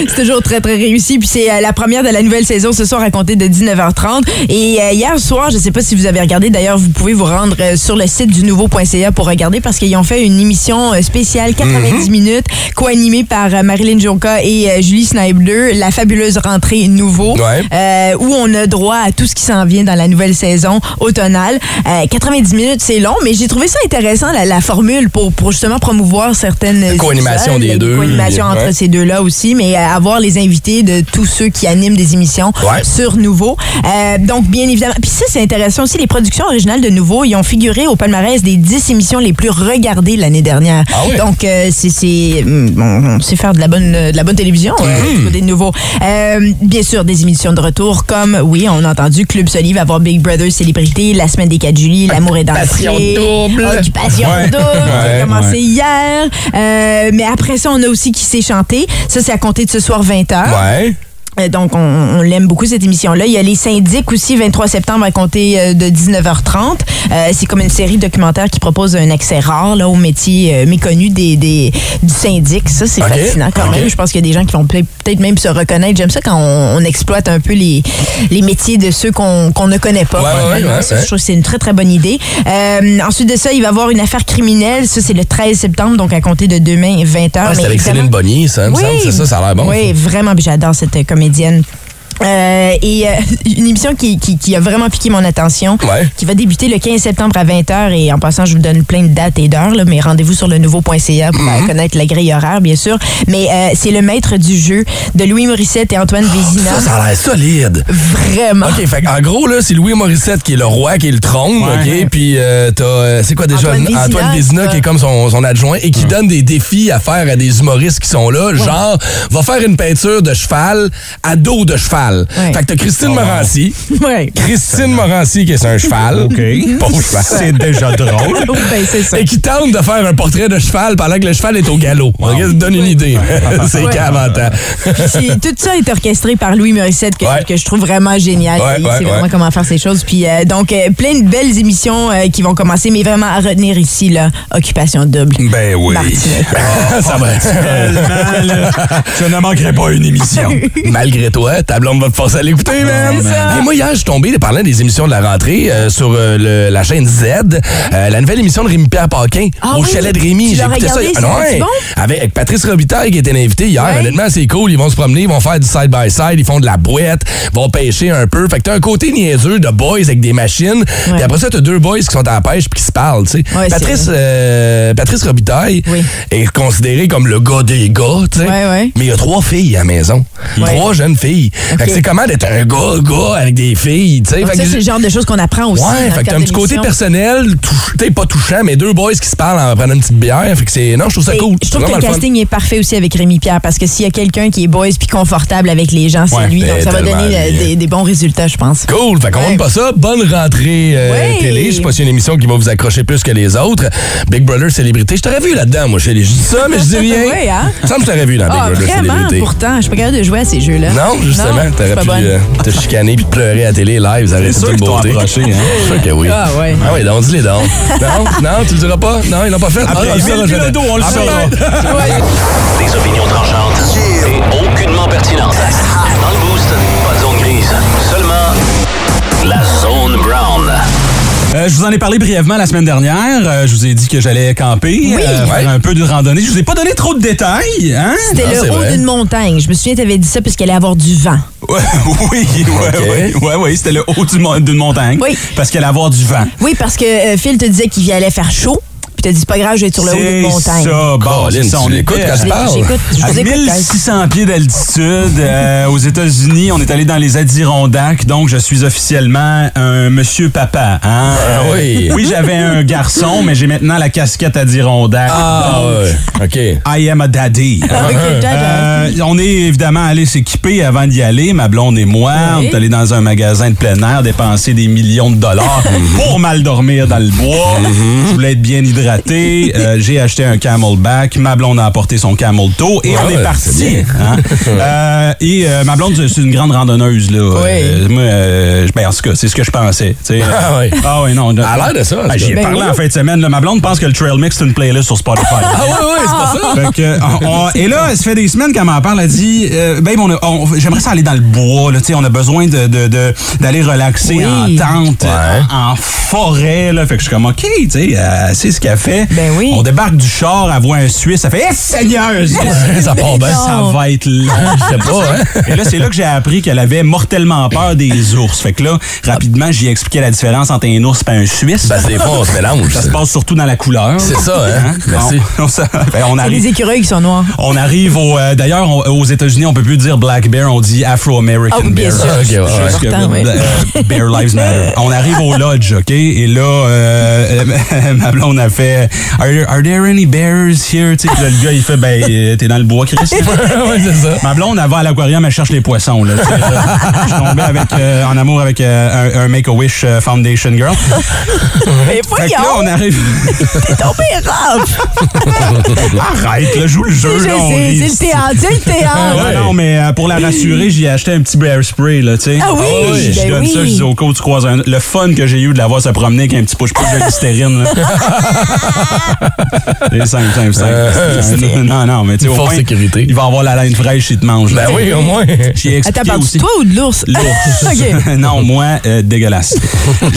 E: C'est toujours très, très réussi. Puis c'est euh, la première de la nouvelle saison ce soir à compter de 19h30. Et euh, hier soir, je ne sais pas si vous avez regardé, d'ailleurs, vous pouvez vous rendre euh, sur le site du nouveau.ca pour regarder parce qu'ils ont fait une émission euh,
C: Mhm.
E: spéciale 90 minutes co-animée par euh, Marilyn Jonca et euh, Julie Snyder, la fabuleuse rentrée nouveau,
C: Ouais.
E: euh, où on a droit à tout ce qui s'en vient dans la nouvelle saison automnale. Euh, 90 minutes, c'est long, mais j'ai trouvé ça intéressant, la, la formule pour, pour justement promouvoir certaines...
C: co-animation
E: épisodes,
C: des
E: la
C: deux,
E: co-animation entre
C: ouais.
E: ces deux-là aussi, mais euh, avoir les invités de tous ceux qui animent des émissions
C: Ouais.
E: sur Nouveau. Euh, donc, bien évidemment. Puis ça, c'est intéressant aussi. Les productions originales de Nouveau, ils ont figuré au palmarès des 10 émissions les plus regardées l'année dernière.
C: Ah oui?
E: Donc, euh, c'est- c'est. hum, On, on sait faire de la bonne, euh, de la bonne télévision, euh,
C: Mm-hmm.
E: du côté de Nouveau. Euh, bien sûr, des émissions de retour comme, oui, on a entendu Club Soli va avoir Big Brother Célébrité, La Semaine des 4 juillet, L'amour est dans le
C: Occupation
E: pré,
C: double.
E: Occupation
D: Ouais.
E: double, qui
D: Ouais,
E: a commencé
D: ouais.
E: hier. Euh, mais après ça, on a aussi qui s'est chanté. Ça, c'est à compter de ce soir 20h.
C: Ouais.
E: Euh, Donc, on, on l'aime beaucoup, cette émission-là. Il y a Les Syndics aussi, 23 septembre, à compter euh, de 19h30. Euh, c'est comme une série documentaire qui propose un accès rare là, au métier euh, méconnu des, des- du syndic. Ça, c'est
C: Ok.
E: fascinant quand
C: Ok.
E: même. Je pense qu'il y a des gens qui vont peut- peut-être même se reconnaître. J'aime ça quand on, on exploite un peu les, les métiers de ceux qu'on qu'on ne connaît pas.
C: Ouais, ouais,
E: finalement.
C: ouais,
E: Ça,
C: ouais.
E: Je trouve que c'est une très, très bonne idée. Euh, ensuite de ça, il va y avoir une affaire criminelle. Ça, c'est le 13 septembre, donc à compter de demain, 20h.
C: Ah, c'est
E: Mais
C: avec
E: évidemment-
C: Céline Bonnier, ça, il me semble. C'est ça, ça a l'air Ah bon.
E: oui, vraiment. Puis J'adore cette euh, comédienne. Euh, et euh, <laughs> une émission qui, qui- qui a vraiment piqué mon attention,
C: Ouais.
E: qui va débuter le 15 septembre à 20h. Et en passant, je vous donne plein de dates et d'heures, là, mais rendez-vous sur le nouveau.ca pour
C: Mm-hmm.
E: euh, connaître la grille horaire, bien sûr. Mais euh, c'est le maître du jeu de Louis Morissette et Antoine Vézina.
C: Oh, Ça, ça a l'air solide. <laughs>
E: Vraiment.
C: OK, fait en gros, là, c'est Louis Morissette qui est le roi, qui est le trône, OK? Puis euh, t'as, euh, c'est quoi déjà?
E: Antoine Vézina,
C: Antoine Vézina,
E: c'est ça.
C: qui est comme son, son adjoint et qui donne des défis à faire à des humoristes qui sont là, genre, va faire une peinture de cheval à dos de cheval.
E: Ouais.
C: Fait que t'as Christine
D: Oh,
C: Morancy.
E: Ouais.
C: Christine Morancy, qui est sur un cheval.
D: OK.
C: Pauvre cheval.
D: C'est déjà
E: <laughs>
D: drôle.
E: Oh, ben, c'est ça.
C: Et qui tente de faire un portrait de cheval pendant que le cheval est au galop. OK, ça te donne une idée. <laughs> c'est hein.
E: Ouais.
C: calme en temps.
E: Puis <laughs> c'est- tout ça est orchestré par Louis Morissette que,
C: Ouais.
E: que je trouve vraiment génial.
C: Ouais,
E: il
C: ouais,
E: sait
C: ouais.
E: vraiment comment faire ces choses. Puis euh, donc euh, plein de belles émissions euh, qui vont commencer, mais vraiment à retenir ici là, occupation double.
C: Ben oui.
D: <laughs>
E: Martinez.
C: ça va.
D: Tellement, là, Je ne manquerai pas une
E: <laughs>
D: émission.
C: Malgré toi, ta blonde va te forcer à l'écouter, man.
E: C'est ça.
C: Et moi, hier, je suis tombé, parlant des émissions de la rentrée, euh, sur euh, le- la chaîne Z, euh, la nouvelle émission de Rémi-Pierre Paquin,
E: Ah
C: au
E: oui?
C: chalet de Rémi.
E: Tu l'as
C: écouté
E: regardé,
C: ça.
E: c'est- c'est bon?
C: Avec, avec Patrice Robitaille qui était l'invité hier.
E: Ouais.
C: Honnêtement, c'est cool. Ils vont se promener, ils vont faire du side-by-side, ils font de la boîte, vont pêcher un peu. Fait que t'as un côté niaiseux de boys avec des machines. Puis après ça, t'as deux boys qui sont à la pêche puis qui se parlent, tu sais.
E: Ouais, c'est
C: Patrice,
E: vrai.
C: euh, Patrice Robitaille
E: Oui.
C: est considéré comme le gars des gars, tu sais.
E: Ouais, ouais.
C: Mais il y a trois filles à la maison. Trois jeunes filles. Fait que c'est comment d'être un gars, gars avec des filles, tu sais.
E: Donc
C: Fait
E: ça,
C: que
E: c'est le genre de choses qu'on apprend aussi.
C: Ouais, fait
E: dans le
C: que t'as un
E: cadre
C: petit côté
E: d'émissions.
C: personnel, tou- t'es pas touchant, mais deux boys qui se parlent en prenant une petite bière. Fait que c'est. Non, je trouve ça
E: Et
C: cool.
E: Je trouve que
C: Vraiment
E: le
C: fun.
E: casting est parfait aussi avec Rémi Pierre parce que s'il y a quelqu'un qui est boys puis confortable avec les gens, c'est
C: Ouais,
E: lui. Donc
C: ben,
E: ça va
C: tellement
E: donner euh,
C: bien.
E: des, des bons résultats, je pense.
C: Cool, fait qu'on
E: Ouais.
C: monte pas ça. Bonne rentrée euh,
E: Ouais.
C: télé. Je sais pas si c'est une émission qui va vous accrocher plus que les autres. Big Brother Célébrité, je t'aurais vu là-dedans, moi. Je dis ça, mais je
E: <laughs>
C: dis rien.
E: Ouais, hein?
C: Ça me t'aurais vu dans
E: Ah,
C: Big Brother
E: vraiment,
C: Célébrité.
E: pourtant, je suis pas capable de jouer à ces jeux-là.
C: Non, justement,
E: Non, je suis
C: t'aurais
E: pas
C: pu
E: bonne.
C: euh, te chicaner puis te pleurer à télé live, ça aurait été
D: sûr
C: une
D: qu'ils t'ont
C: beauté.
D: approché, hein?
C: Je suis sûr que oui.
E: Ah, ouais.
C: Ah oui, donc dis-les donc. Non, non, tu le diras pas? Non, ils l'ont pas fait.
D: Après,
C: Ah, on le
D: Ville
C: saura jamais.
D: Bilodeau, on le
C: Ah,
D: saura.
C: peut-être. <laughs>
B: Des opinions tranchantes et aucunement pertinentes. Dans le boost, pas de zone grise, seulement la zone brown.
D: Euh, je vous en ai parlé brièvement la semaine dernière. Euh, je vous ai dit que j'allais camper, euh, faire
C: Ouais.
D: un peu de randonnée. Je vous ai pas donné trop de détails, hein?
E: C'était
C: Non, Ah, c'est
E: le haut
C: vrai.
E: d'une montagne. Je me souviens, t'avais dit ça parce qu'elle allait avoir du vent.
D: <laughs> Ouais, oui, ouais, ouais, ouais, ouais, c'était le haut du mon- d'une montagne.
E: Oui.
D: Parce qu'elle allait avoir du vent.
E: Oui, parce que euh, Phil te disait qu'il allait faire chaud. Puis t'as dit, c'est pas grave, je vais être sur le haut d'une
D: C'est
E: montagne.
D: ça, bon,
C: Colin,
D: c'est ça, on
C: tu l'écoutes
D: était
C: quand
D: à-
C: je parle.
E: J'écoute, je
D: À
E: vous écoute. guys.
D: 1600 pieds d'altitude <laughs> euh, aux États-Unis, on est allé dans les Adirondacks, donc je suis officiellement un monsieur papa. Hein? Euh,
C: oui.
D: Oui, j'avais un garçon, mais j'ai maintenant la casquette Adirondack.
C: Ah,
D: Donc,
C: ouais. <laughs> OK.
D: I am a daddy.
E: Ok, dada.
D: Euh, on est évidemment allé s'équiper avant d'y aller, ma blonde et moi. On est allé dans un magasin de plein air, dépenser des millions de
C: <laughs>
D: dollars
C: Mhm.
D: pour mal dormir dans le bois. Je voulais être bien hydraté. Euh,
C: <laughs>
D: J'ai acheté un camelback. Ma blonde a apporté son camel toe et on
C: Ah ouais,
D: est
C: c'est
D: parti.
C: bien. <laughs>
D: hein. Euh, et euh, ma blonde, c'est une grande randonneuse. Là. Euh, moi, euh, ben, en tout cas, c'est ce que je pensais. tu sais.
C: <laughs> Ah ouais.
D: Ah ouais, non.
C: a l'air de ça, en tout
D: Ah, J'y ai
C: cas.
D: parlé en fin de semaine. là. Ma blonde pense que le trail mix, c'est une playlist sur Spotify.
C: <laughs> Ah, ouais, ouais, c'est pas ça.
D: Fait que, on- on- et là, ça fait des semaines qu'elle m'en parle. Elle dit euh, Babe, on a- on- j'aimerais ça aller dans le bois. Là, tu sais, on a besoin de- de- de- d'aller relaxer
E: Oui.
D: en tente, euh,
C: Ouais.
D: en, en forêt. Là. Fait que je suis comme OK, tu sais, euh, c'est ce qu'elle fait.
E: Ben oui.
D: On débarque du char, elle voit un Suisse. Elle fait Eh, Seigneur
C: <laughs> Ça part bien.
D: Ça va être là.
C: Je sais pas, hein?
D: <laughs> Et là, c'est là que j'ai appris qu'elle avait mortellement peur des ours. Fait que là, rapidement, j'ai expliqué la différence entre un ours et un Suisse.
C: Ben, des fois, on se mélange.
D: ça se passe surtout dans la couleur.
C: C'est ça, hein? Merci.
D: <laughs> On, on s'a- ben, on
E: C'est
D: arrive.
E: les écureuils qui sont noirs.
D: On arrive au. euh, D'ailleurs, on- aux États-Unis, on peut plus dire Black Bear, on dit Afro-American
E: Ah oui, bien
D: Bear.
E: sûr.
C: Ah, ok, ouais, ouais.
D: Juste que,
E: Important, ouais.
D: euh, Bear Lives Matter. On arrive au Lodge, OK? Et là, euh, euh, <laughs> ma blonde a fait c'était « Are there- are there any bears here? » Tu sais, puis là, le gars, il fait « Ben, euh, t'es dans le
E: <laughs>
D: bois, Chris.
C: ouais, c'est ça. »
D: Ma blonde, elle va à l'aquarium, elle cherche les poissons. Là, tu sais. je suis tombé avec, euh, en amour avec euh, un, un Make-A-Wish euh, Foundation Girl.
E: Mais
D: Fait que là,
E: voyons,
D: on arrive... <laughs>
E: t'es tombé
C: <laughs>
E: rough.
D: Arrête, là, joue le
E: Je
D: jeu.
E: sais,
D: là, on rit.
E: c'est le théâtre, c'est le théâtre.
D: Ah Non, mais euh, pour la rassurer, j'ai acheté un petit bear spray, là, tu sais.
E: Ah oui,
D: Je
E: ben
D: donne
E: oui.
D: ça, je dis au cours, tu croises un. Le fun que j'ai eu de la voir se promener avec un petit push-push de listerine,
E: <laughs>
D: là. C'est simple, simple, simple. Non, non, mais tu sais, au
C: Force
D: moins,
C: Euh, sécurité.
D: il va avoir la laine fraîche s'il te mange. là.
C: Ben oui, au moins.
D: J'ai
E: Attends,
D: expliqué
E: parles-tu
D: aussi.
E: de toi ou de l'ours?
D: L'ours.
E: <laughs> OK.
D: <laughs> non, moi, euh, dégueulasse.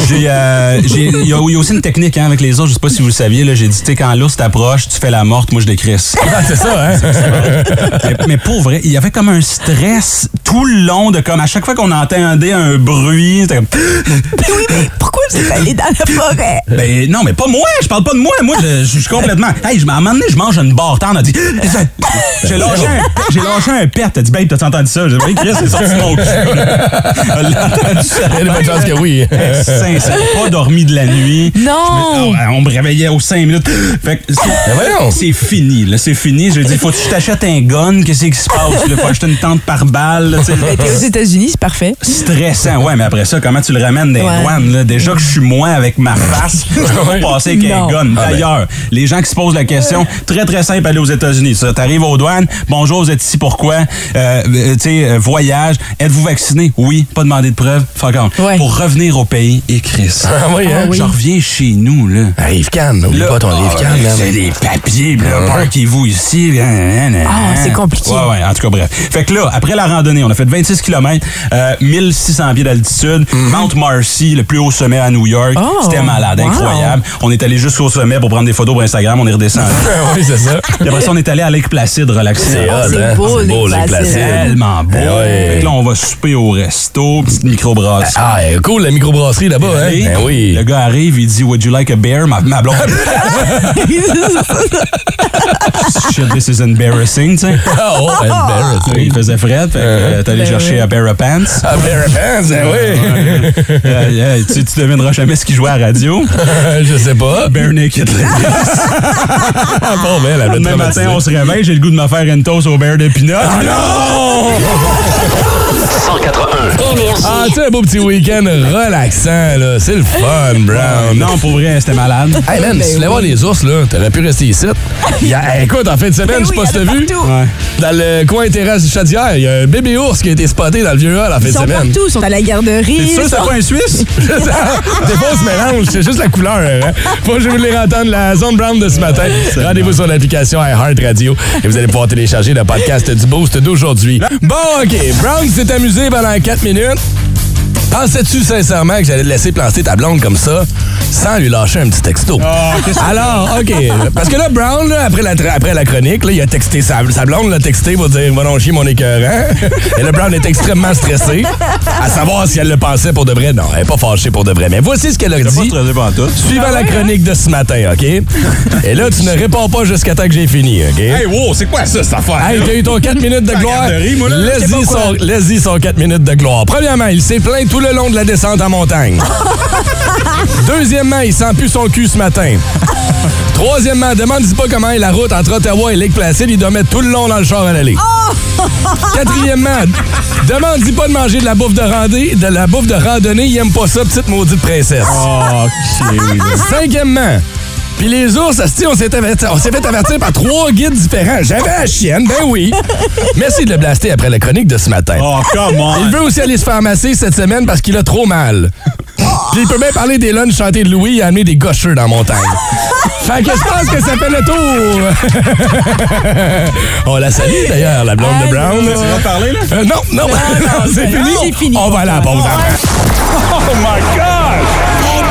D: J'ai, euh, j'ai- Il y, a il y a aussi une technique hein, avec les autres, je sais pas si vous le saviez, là, j'ai dit, tu sais, quand l'ours t'approche, tu fais la morte, moi
C: <laughs>
D: je décrisse.
C: Ah, c'est ça, hein?
D: mais, mais pour vrai, il y avait comme un stress tout le long de comme à chaque fois qu'on entendait un bruit, c'était comme <gasps>
E: <laughs> Oui, mais pourquoi vous êtes allé dans la forêt?
D: ben non mais pas moi, je parle pas de moi, moi je, je suis complètement hey, je à un moment donné, je mange une bartende, on a dit <laughs> j'ai lâché un j'ai lâché un pet, t'as dit babe, t'as entendu ça J'ai dit oui, Chris, c'est sorti de mon cul. <laughs> Elle l'a entendu ça.
C: Il y a des bonnes chances que
E: <laughs>
C: oui.
D: Hey, Sincère, pas dormi de la nuit.
E: Non!
D: Ah, on me réveillait aux 5 minutes. Fait que c'est-
C: Ben voyons.
D: c'est fini, là. C'est fini. Je dis, faut que tu t'achètes un gun. Qu'est-ce qui se passe? Là? Faut acheter une tente par balle. là, tu sais.
C: <laughs>
E: Ben, T'es aux <laughs> États-Unis, c'est parfait.
D: Stressant, ouais, mais après ça, comment tu le ramènes des
E: Ouais.
D: douanes? Là? Déjà que je suis moi avec ma face, je peux pas passer avec un
E: Non. Ah, ben.
D: gun. D'ailleurs, les gens qui se posent la question, très très simple, aller aux États-Unis. Ça, t'arrives aux douanes, bonjour, vous êtes ici pourquoi? Euh, euh, tu sais, euh, voyage, êtes-vous vacciné? Oui, pas demandé de preuve, fuck off.
E: Ouais.
D: Pour revenir au pays, écris ça.
C: Ah oui, hein?
D: Je reviens chez nous, là.
C: Ah, Yves Cannes, oublie
D: Là,
C: pas ton Yves
D: ah,
C: Cannes, man.
D: C'est des papiers, puis
C: Ah.
D: là, parquez-vous ici.
E: Ah,
D: Ah,
E: c'est compliqué.
D: Ouais, ouais, en tout cas, bref. Fait que là, après la randonnée, on a fait euh, 26 km, 1600 pieds d'altitude,
C: Mhm.
D: Mount Marcy, le plus haut sommet à New York.
E: Oh,
D: C'était malade,
E: wow.
D: incroyable. On est allé jusqu'au sommet pour prendre des photos pour Instagram, on est redescendu.
C: Ah oui, c'est ça.
D: Puis après ça, on est allé à Lake Placid relaxer.
C: Ah,
E: c'est
C: ben,
E: beau,
C: c'est beau,
E: les
C: les
E: placides.
C: placides.
D: Tellement beau.
C: ouais.
D: Fait que là, on va souper au resto, petite microbrasserie.
C: Ah, cool, la microbrasserie là-bas, hein?
D: Et
C: Ben oui.
D: Le gars arrive, il dit Would you like a bear? Ma, ma blonde.
C: <laughs>
D: <laughs> Shit, this is embarrassing, tu sais.
C: Ah,
D: <laughs>
C: oh, Uh-huh. ben, ben,
D: Il faisait fred, fait que, euh, t'es allé chercher un pair of
C: <laughs>
D: pants.
C: Ah, Bear Pants, ben
D: Euh, euh, tu, tu devineras jamais ce qu'il jouait à la
C: <laughs>
D: radio.
C: oui. <laughs> Je sais pas.
D: Bare naked. <laughs> Le
C: Ah, bon, ben, la
D: lendemain matin, on se réveille, j'ai le goût de me faire une toast au bear de pinot.
C: Ah, non!
B: 181.
C: Ah, tu sais, un beau petit week-end relaxant, là. C'est le <laughs> fun, Brown.
D: Euh, non, pour vrai, c'était malade.
C: Hey, man,
E: Ben
C: si tu voulais voir les ours, là, t'aurais pu rester <laughs> ici. Il y a- écoute, en fin de
E: Ben
C: semaine, je sais pas si t'as vu,
D: Ouais.
C: dans le coin terrasse du Chaudière, il y a un bébé ours qui a été spoté dans le vieux hall en fin
E: Ils
C: de
E: sont
C: semaine.
E: partout, ils sont à la garderie.
D: T'es sûr
E: ils
D: que c'est
E: sont-
D: pas un Suisse?
C: Des fois, on se mélange. C'est juste la couleur. Hein? Faut que je voulais entendre la zone brown de ce matin. Rendez-vous sur l'application iHeart Radio et vous allez pouvoir télécharger le podcast du Boost d'aujourd'hui. Bon, OK. Brown s'est amusé pendant 4 minutes. Pensais-tu sincèrement que j'allais te laisser planter ta blonde comme ça sans lui lâcher un petit texto? Alors, OK. Parce que là, Brown, là, après, la tra- après la chronique, là, il a texté sa, sa blonde, l'a texté pour dire Va donc chier mon écœurant. Et là, Brown est extrêmement stressé. À savoir si elle le pensait pour de vrai. Non, elle n'est pas fâchée pour de vrai. Mais voici ce qu'elle a
D: T'as pas
C: dit.
D: stressé pendant tout.
C: Suivant la chronique de ce matin, OK? Et là, tu ne réponds pas jusqu'à temps que j'ai fini, OK? Hey,
D: wow, c'est quoi ça, cette affaire?
C: t'as eu ton 4 minutes de gloire.
D: garderie, moi, là. Je sais pas
C: Laisse-y
D: quoi.
C: son, laisse-y son 4 minutes de gloire. Premièrement, il s'est plaint tout le long de la descente en
D: <laughs>
C: montagne. Deuxièmement, il sent plus son cul ce matin. Troisièmement, demande-y pas comment est la route entre Ottawa et Lake Placid. Il doit mettre tout le long dans le char à l'aller. Quatrièmement, demande-y pas de manger de la bouffe de randonnée. De la bouffe de randonnée, il aime pas ça, petite maudite princesse.
D: Oh,
C: Cinquièmement, puis les ours, asti, on s'est averti- on s'est fait avertir par trois guides différents. J'avais la chienne, ben oui. Merci de le blaster après la chronique de ce matin.
D: Oh, come
C: Il <laughs>
D: on.
C: veut aussi aller se faire masser cette semaine parce qu'il a trop mal.
D: <laughs>
C: Puis il peut bien parler des lunchs chantés de Louis et amener des gaucheux dans la
D: <laughs>
C: montagne. Fait que je pense que ça fait le tour. <laughs> on la salue d'ailleurs, la blonde de Brown.
D: Tu vas parler, là? Ah,
C: Euh, non,
D: <laughs>
C: non, non, <laughs> c'est
E: non,
C: fini.
E: c'est fini.
C: On va aller à la pause après.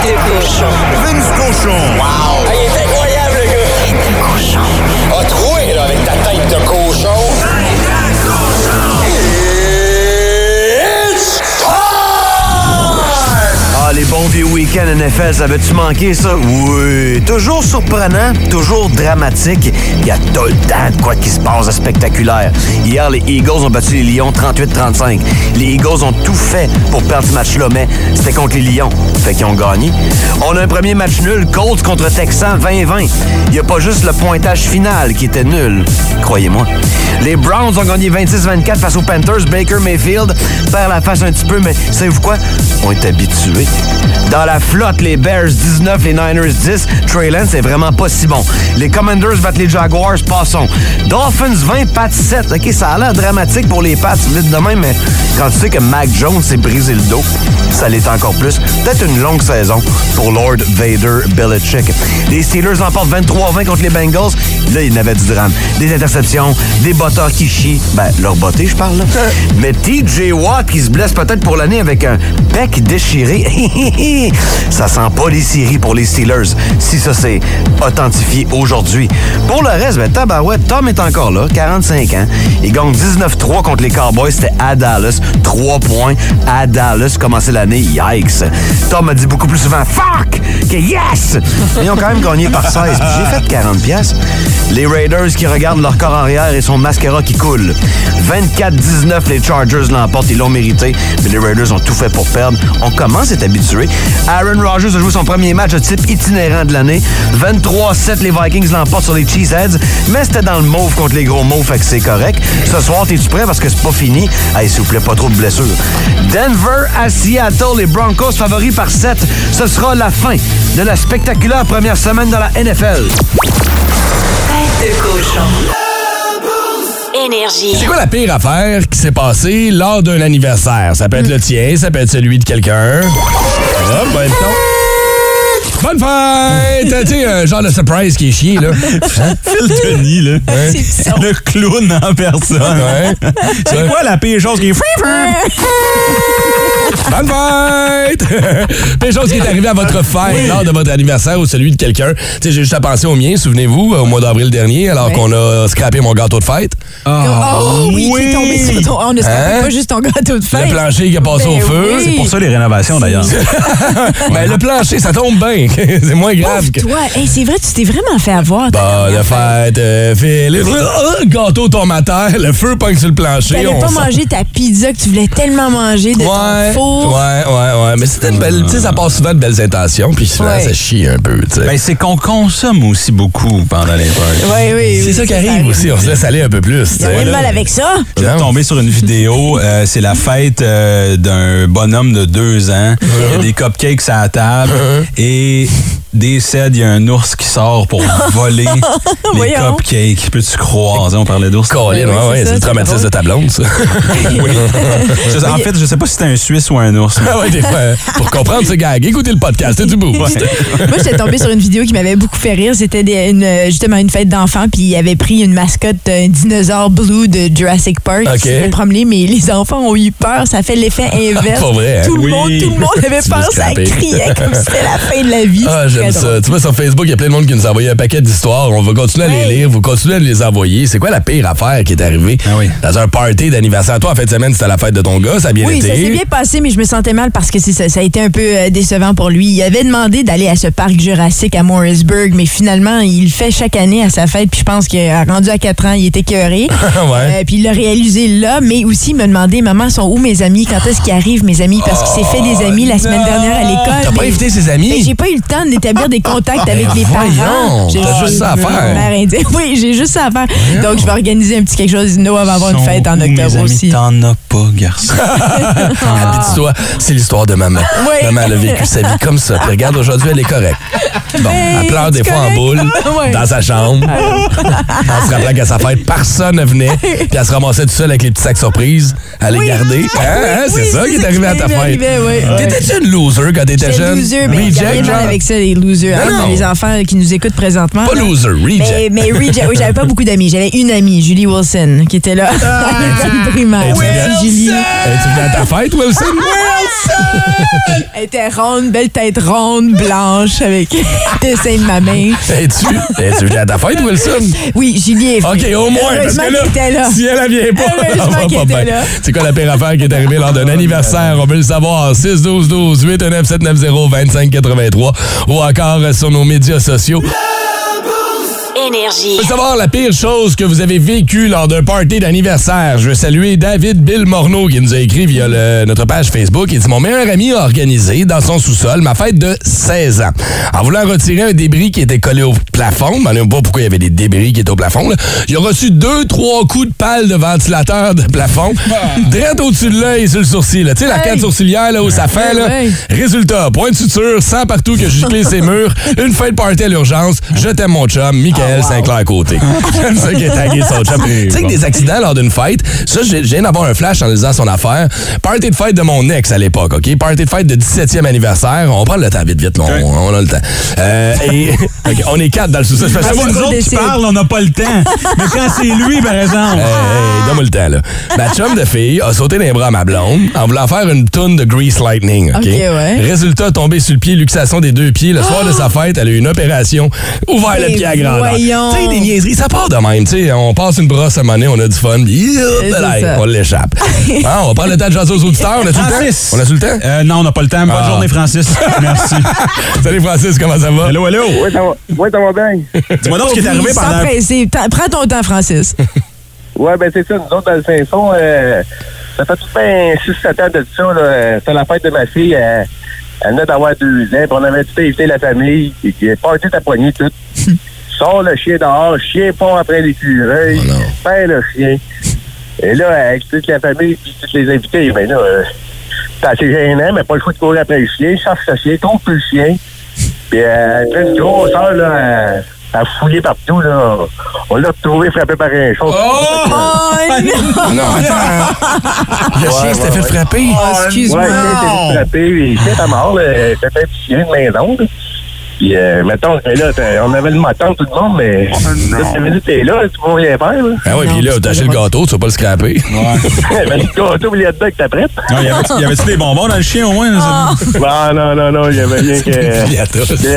I: Vince Cochon.
B: Ah, il est incroyable, le gars! Tête de cochon. A troué, là, avec ta tête de cochon. It's
J: Ah, les bons vieux week-ends NFL, ça avait-tu manqué, ça? Oui, toujours. toujours surprenant, toujours dramatique. Il y a tout le temps de quoi qui se passe de spectaculaire. Hier, les Eagles ont battu les Lions 38-35. Les Eagles ont tout fait pour perdre ce match-là, mais c'était contre les Lions. Fait qu'ils ont gagné. On a un premier match nul, Colts contre Texans 20-20. Il n'y a pas juste le pointage final qui était nul, croyez-moi. Les Browns ont gagné 26-24 face aux Panthers. Baker Mayfield perd la face un petit peu, mais savez-vous quoi? On est habitué. Dans la flotte, les Bears 19, les Niners 10. Trey Lance c'est vraiment pas si bon. Les Commanders battent les Jaguars, passons. Dolphins 20, Pats 7. OK, ça a l'air dramatique pour les Pats vite demain, mais quand tu sais que Mac Jones s'est brisé le dos, ça l'est encore plus. Peut-être une longue saison pour Lord Vader Belichick. Les Steelers l'emportent 23-20 contre les Bengals. Là, il y en avait du drame. Des interceptions, des botteurs qui chient. Ben, leur botté, je parle. là. Mais TJ Watt qui se blesse peut-être pour l'année avec un bec déchiré. <laughs> ça sent pas les séries pour les Steelers, si ça c'est authentifié aujourd'hui. Pour le reste, ben, tabarouette, Tom est encore là, 45 ans. Il gagne 19-3 contre les Cowboys, c'était à Dallas. 3 points à Dallas, commencer l'année, yikes. Tom a dit beaucoup plus souvent « fuck » que « yes ». Ils ont quand même gagné par 16, puis j'ai fait 40 pièces. Les Raiders qui regardent leur corps arrière et son mascara qui coule. 24-19, les Chargers l'emportent, ils l'ont mérité, mais les Raiders ont tout fait pour perdre. On commence à être habitué. Aaron Rodgers a joué son premier match de type itinérant de l'année. 23-7, les Vikings l'emportent sur les Cheeseheads, mais c'était dans le mauve contre les gros mauves, fait que c'est correct. Ce soir, t'es-tu prêt parce que c'est pas fini? Hey, s'il vous plaît, pas trop de blessures. Denver à Seattle, les Broncos favoris par 7. Ce sera la fin de la spectaculaire première semaine dans la NFL.
H: Tête de cochon. Énergie.
C: C'est quoi la pire affaire qui s'est passée lors d'un anniversaire? Ça peut être le tien, ça peut être celui de quelqu'un. Hop, ben, donc. Bonne
D: <laughs>
C: fête! tu sais, un genre de surprise qui est chié, là. Hein?
D: Phil Tony, là. Le clown en personne.
C: Ouais.
D: C'est quoi la pire chose qui est...
C: Bonne fête! <laughs> Pire chose qui est arrivée à votre fête lors de votre anniversaire ou celui de quelqu'un. Tu sais, j'ai juste à penser au mien, souvenez-vous, au mois d'avril dernier, alors qu'on a scrappé mon gâteau de fête.
E: Oh, oui,
D: oui.
E: t'es tombé sur ton. On ne se rappelle pas juste ton gâteau de
C: Ah
E: fête.
C: Hein? Le plancher qui a passé
E: Ben
C: au feu.
E: oui.
C: C'est
D: Pour ça, les rénovations, d'ailleurs.
C: pour- Ben, le plancher, ça tombe bien. <laughs> C'est moins grave
E: Pauvre
C: que. Bah,
E: toi, Hey, c'est vrai, tu t'es vraiment fait avoir.
C: Bonne fête, euh, Philippe. Ah, gâteau tombe à terre, le feu pogne sur le plancher.
E: T'avais
C: on
E: pas
C: sort.
E: mangé ta pizza que tu voulais tellement manger de
C: Ouais,
E: ton four.
C: ouais, ouais, ouais. Mais c'était une belle. Tu sais, ça passe souvent de belles intentions, puis souvent,
E: Ouais.
C: ça chie un peu, tu sais.
D: Ben, c'est qu'on consomme aussi beaucoup pendant les fêtes.
E: Ouais, oui,
C: c'est
E: oui,
C: ça qui arrive aussi, on se laisse aller un peu plus. tu
E: T'as rien
C: sais.
E: de mal avec ça?
D: Je suis
C: Non.
D: tombé sur une vidéo, euh, c'est la fête euh, d'un bonhomme de deux ans.
E: Euh.
D: Il y a des cupcakes à la table et des cèdes, il y a un ours qui sort
E: <laughs>
D: pour voler les
E: Voyons.
D: cupcakes. Peux-tu croire? On parlait d'ours.
C: Colin, ouais,
E: Ouais, c'est
C: ouais,
E: ça,
C: c'est le
E: c'est
C: traumatisme
E: drôle.
C: de ta blonde, ça.
E: <laughs>
D: Je- en fait, je sais pas si c'était un Suisse ou un ours.
C: Ah ouais, des fois, euh, pour comprendre ce gag, écoutez le podcast, c'est du beau.
E: <laughs> Moi, j'étais tombée sur une vidéo qui m'avait beaucoup fait rire. C'était des- une, euh, justement une fête d'enfants, puis il avait pris une mascotte, un dinosaure blue de Jurassic Park.
C: Ok.
E: qui s'est fait promener, mais les enfants ont eu peur. Ça fait l'effet
C: <laughs>
E: inverse.
C: Pas vrai, hein?
E: Tout le
C: Oui.
E: monde, tout le monde
C: <laughs>
E: avait
C: Tu
E: peur.
C: veux
E: Ça
C: scraper.
E: criait comme si c'était la fin de la vie.
C: Ah,
E: C'est
C: j'aime
E: très drôle.
C: ça. Tu vois, sur Facebook, il y a plein de monde qui nous a envoyé un paquet d'histoires. On va continuer à les
E: Ouais.
C: lire. Vous continuez à les envoyer. C'est quoi la pire affaire qui est arrivée?
D: Ah oui.
C: Dans un party d'anniversaire. Toi, en fin de semaine, c'était la fête de ton gars. Ça a bien
E: Oui,
C: été.
E: ça s'est bien passé, mais je me sentais mal parce que c'est ça, ça a été un peu euh, décevant pour lui. Il avait demandé d'aller à ce parc jurassique à Morrisburg, mais finalement, il le fait chaque année à sa fête. Puis je pense qu'il a rendu à 4 ans, il était écœuré.
C: <laughs> Ouais.
E: Euh, puis il l'a réalisé là, mais aussi il m'a demandé, maman, sont où mes amis? Quand est-ce qu'ils arrivent, mes amis? Parce qu'il s'est fait des amis la semaine dernière à l'école.
C: Oh, T'as pas
E: mais-
C: invité ses
E: Fait que
C: amis? Ah, ben
E: J'ai pas eu le temps d'établir des contacts avec les
C: voyons,
E: parents.
C: t'as juste ça à
E: ma
C: faire.
E: mère indienne. <laughs> Oui, j'ai juste ça à faire. Donc, je vais organiser un petit quelque chose. Noah va avoir une
D: Sont
E: fête en
D: où mes
E: octobre
D: amis?
E: aussi.
D: T'en as pas, garçon.
C: Ah, puis dis-toi, c'est l'histoire de maman.
E: Oui.
C: Maman, elle a vécu sa vie comme ça. Puis regarde, aujourd'hui, elle est correcte. Bon, elle pleure des
E: c'est
C: fois en
E: correct. Ah.
C: boule,
E: Ouais.
C: dans sa chambre. en se rappelant qu'à sa fête, personne ne venait. Puis elle se ramassait toute seule avec les petits sacs surprises à les
E: Oui.
C: garder. Hein, hein,
E: Oui,
C: c'est ça qui est arrivé à ta
E: m'est
C: fête.
E: arrivé, oui.
C: T'étais-tu une loser quand t'étais
E: J'étais
C: jeune?
E: loser, mais il y a rien de
C: reject,
E: mal
C: genre?
E: avec ça, les losers.
C: Non,
E: hein,
C: non.
E: Les enfants qui nous écoutent présentement.
C: Pas
E: là.
C: loser,
E: Mais,
C: reject.
E: mais reject, oui, j'avais pas beaucoup d'amis. J'avais une amie, Julie
C: Ah.
E: Ben, Wilson, qui était là. <laughs> Elle était primaire.
C: Hey, tu
E: Merci,
C: viens-
E: Julie. <laughs>
C: Hey, tu venais à ta fête, Wilson?
E: Elle était ronde, belle tête ronde, blanche, avec <laughs> dessin de ma main.
C: Es-tu es-tu venu à ta fête, Wilson?
E: Oui, Julie est venue.
C: OK, au moins. parce
E: Heureusement
C: que là,
E: qu'elle était là.
C: Si elle, elle vient pas,
E: Heureusement
C: <laughs> ça va
E: qu'elle
C: pas
E: était
C: bien.
E: là.
C: C'est quoi la pire affaire qui est arrivée lors
E: <laughs>
C: d'un anniversaire? On veut le savoir. 6 12 12 819 790 2583 ou encore sur nos médias sociaux.
H: Énergie.
C: Je veux savoir la pire chose que vous avez vécue lors d'un party d'anniversaire. Je veux saluer David Bill Morneau qui nous a écrit via le- notre page Facebook. Il dit Mon meilleur ami a organisé dans son sous-sol ma fête de 16 ans. En voulant retirer un débris qui était collé au plafond, je ne pas pourquoi il y avait des débris qui étaient au plafond, là. il a reçu deux, trois coups de pale de ventilateur de
E: <laughs>
C: plafond, direct au-dessus de l'œil sur le sourcil. là. Tu sais, la
E: Hey!
C: canne sourcilière là, où ça fait. Là.
E: Ouais.
C: Résultat, point de suture, sang partout que j'ai giclé ses murs, une fête party à l'urgence, je t'aime mon chum, Michael Sinclair à côté. J'aime ça qu'il a tagué son chum. Ah, Tu sais que des accidents lors d'une fête, ça, j'ai j'ai viens d'avoir un flash en lisant son affaire. Party de fête de mon ex à l'époque, OK? Party de fête de 17e anniversaire. On prend le temps vite, vite, là, on, on a le temps. Euh, et, <laughs> OK, on est quatre dans le sous-sol. Je fais ça,
D: Parce
C: moi,
D: que nous
E: qu'on
D: autres qui
E: décide.
D: parlent, on n'a pas le temps. Mais quand c'est lui, par exemple.
C: Hey, hey, donne-moi le temps, là. Ma chum de fille a sauté dans les bras à ma blonde en voulant faire une toune de Grease Lightning, OK?
E: Ok, ouais. Ah!
C: Résultat, tombé sur le pied, luxation des deux pieds. Le soir de sa fête, elle a eu une opération, ouvert le
E: Mais
C: pied à grandeur.
E: voyons.
C: Tu sais, des niaiseries, ça part de même, tu sais. On passe une brosse à monnaie, on a du fun, puis hop,
E: C'est
C: là,
E: ça.
C: on
E: <laughs>
C: l'échappe. Hein, on parle le temps de jaser aux auditeurs, on a tout le temps?
D: Francis!
C: On a tout le temps?
E: <laughs>
D: Euh, non, on n'a pas le temps. Bonne
C: Ah. <laughs>
D: journée, Francis. Merci.
C: Salut Francis, comment ça va?
D: Allô, allô.
F: Oui, ça va, oui, ça va bien.
D: Dis-moi donc ce qui est arrivé
E: Oui, sans
D: pendant...
E: presser. T'en- Prends ton
C: <laughs>
E: temps, Francis.
F: Ouais, ben c'est ça, nous autres, dans le Saint-Fond, euh, ça fait tout bien 6-7 ans de ça, là. Euh, C'était la fête de ma fille, euh, elle venait d'avoir deux ans, puis on avait tout évité la famille, et puis elle partait ta poignée, tout. Sors le chien dehors, chien part après l'écureuil,
C: Oh non.
F: perds le chien. Et là, avec toute la famille, puis tous les invités, ben là, euh, c'est assez gênant, mais pas le choix de courir après le chien, cherche le chien, trouve plus le chien. Puis euh, après une grosse heure, là, à, à fouiller partout, là, on l'a retrouvé frappé par un chat.
E: Oh, non!
C: Non, attends. Le chien s'était fait frapper.
E: Oh, Excuse-moi.
F: Ouais, il a frappé, il était à mort, là. c'était un petit chien de maison. là. Puis, euh, mettons, que là, t'as- on avait le matin tout le monde, mais là, tu me t'es là, tu peux rien faire, là.
C: Ah oui, puis là, t'as acheté le gâteau, tu vas pas le scraper.
F: Ben, le gâteau, il y a dedans que t'as prête.
D: Non, y avait- y avait-tu des bonbons dans le chien, au moins?
C: Ah.
D: là, ça-
F: Non, non, non, non, il y avait rien que...
C: Il y a tout.
F: Il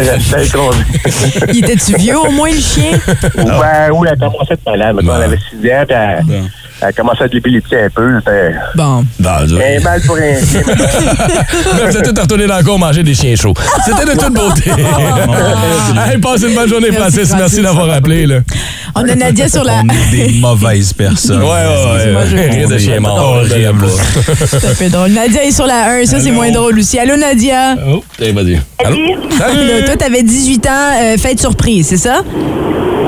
F: restait qu'on-
E: Il était-tu vieux, au moins,
C: <laughs>
E: le chien?
F: Ben, oui, elle commençait de malade. Mettons,
C: Bon.
F: elle avait 6 ans, puis elle, elle commençait à de l'épilepsie un peu. C'était
E: Bon.
C: Non, je-
F: un mal pour un chien. mettons.
C: Mais Vous êtes tous retournés dans le cours manger des chiens chauds. C'était de toute beauté.
D: Ah.
C: hey, passe une bonne journée,
E: Merci,
C: Francis. Merci
E: Francis.
C: d'avoir appelé. Là.
E: On a Nadia
C: <laughs>
E: sur la...
D: On est des mauvaises personnes.
C: ouais, ouais. Rire de chien mort.
D: Horrible.
E: C'est un peu drôle. Nadia est sur la 1. Ça, c'est moins drôle aussi. Allô, Nadia?
C: Oh,
D: Eh,
C: t'es pas dit. Allô?
E: Là, toi, t'avais 18 ans, euh, fête surprise, c'est ça?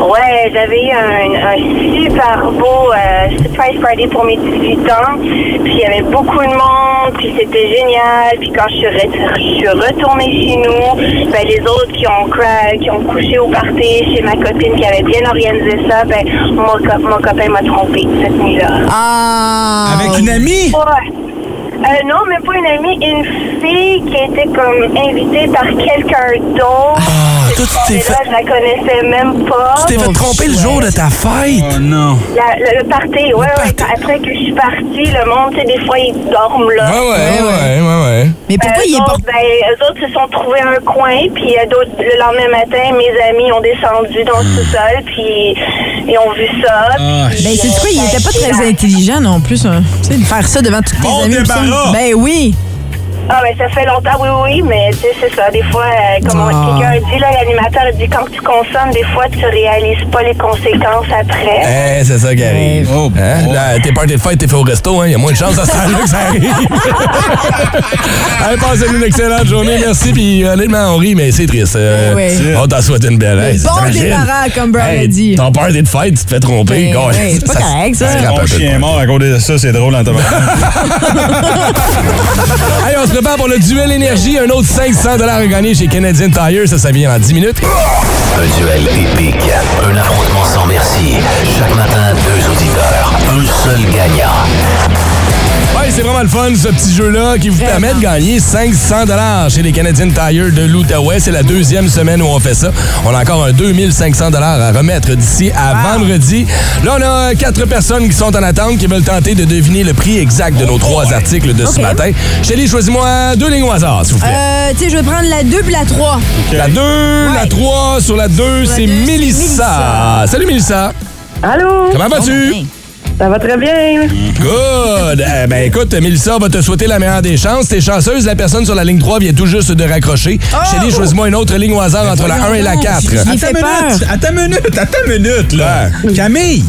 K: Ouais, j'avais eu un, un super beau euh, surprise party pour mes 18 ans. Puis il y avait beaucoup de monde, puis c'était génial. Puis quand je suis, re- je suis retournée chez nous, ben, les autres qui ont, cra- qui ont couché au party chez ma copine qui avait bien organisé ça, ben, mon, co- mon copain m'a trompé cette nuit-là.
E: Ah!
D: Avec une amie?
K: Ouais. Euh, non, même pas une amie, une fille qui était comme invitée par quelqu'un d'autre.
C: Ah, toi, tu t'es
K: Et là,
C: fait,
K: je la connaissais même pas.
C: tu t'es fait tromper le jour de ta fête.
D: Oh non.
K: La- le, le party, ouais, ouais. ben, Après que je suis partie, le monde, tu sais, des fois, ils dorment là.
C: Ouais, ouais, ouais, ouais, ouais.
E: Mais pourquoi
K: Euh,
E: il est pas...
K: donc, ben, eux autres se sont trouvés un coin, puis euh, d'autres, le lendemain matin, mes amis ont descendu dans le sous-sol, puis ils ont vu ça. puis,
E: Hmm. Ben, c'est quoi, il
K: euh,
E: était pas
K: ben,
E: très intelligent non plus. hein. Tu sais, de faire ça devant toutes tes
D: Bon
E: amies. pis ça.
D: débarras!
E: Ben oui!
K: Ah, ben, ça fait longtemps, oui, oui, mais tu sais, c'est ça. Des fois, euh, comme
E: Ah.
K: quelqu'un dit, là, l'animateur il dit, quand tu consommes, des fois, tu réalises pas les conséquences après.
C: Eh, c'est ça qui arrive.
D: Oh,
C: Hein?
D: oh.
C: Là, t'es party de fête, t'es fait au resto, hein? Il y a moins de chance à ce temps-là que ça
E: <laughs>
C: arrive. Allez, passez une excellente journée. Merci. Puis, euh, honnêtement, on rit, mais c'est triste. Euh,
E: Eh oui.
C: On t'en souhaite une belle. Hey,
E: bon
C: t'imagines?
E: débarras, comme Brown
C: Hey,
E: a dit.
C: Ton party de fête, tu te fais tromper.
E: Ben,
C: gars,
E: ouais, c'est pas correct, ça.
C: se rappe un
D: Mon
C: peu de
D: chien est
C: quoi.
D: mort à cause de ça, c'est drôle
C: <laughs>
D: en tabarnak.
C: Allez, on se prépare pour le duel énergie. Un autre 500 à gagner chez Canadian Tire. Ça, ça vient en 10 minutes.
B: Un duel épique, un affrontement sans merci. Chaque matin, deux auditeurs, un seul gagnant.
C: Ouais, Hey, c'est vraiment le fun, ce petit jeu-là, qui vous permet de gagner 500 chez les Canadiens Tire de l'Outaouais. C'est la deuxième semaine où on fait ça. On a encore un 2500 à remettre d'ici à vendredi. Là, on a euh, quatre personnes qui sont en attente, qui veulent tenter ben, de deviner le prix exact de nos trois articles de ce
E: Ok.
C: matin. Chélie, choisis-moi deux lignes au hasard, s'il vous plaît.
E: Euh, tu sais, je vais prendre la 2 puis la 3.
C: La 2, la 3, sur la 2, c'est Mélissa. Salut Mélissa.
G: Allô?
C: Comment vas-tu?
E: Oh,
G: Ça va très bien.
C: Good! Eh ben écoute, Mélissa va te souhaiter la meilleure des chances. T'es chanceuse, la personne sur la ligne 3 vient tout juste de raccrocher. Chélie, choisis-moi une autre ligne au hasard entre la 1 et la 4.
D: Attends une minute, attends une minute, attends une minute, là. Camille,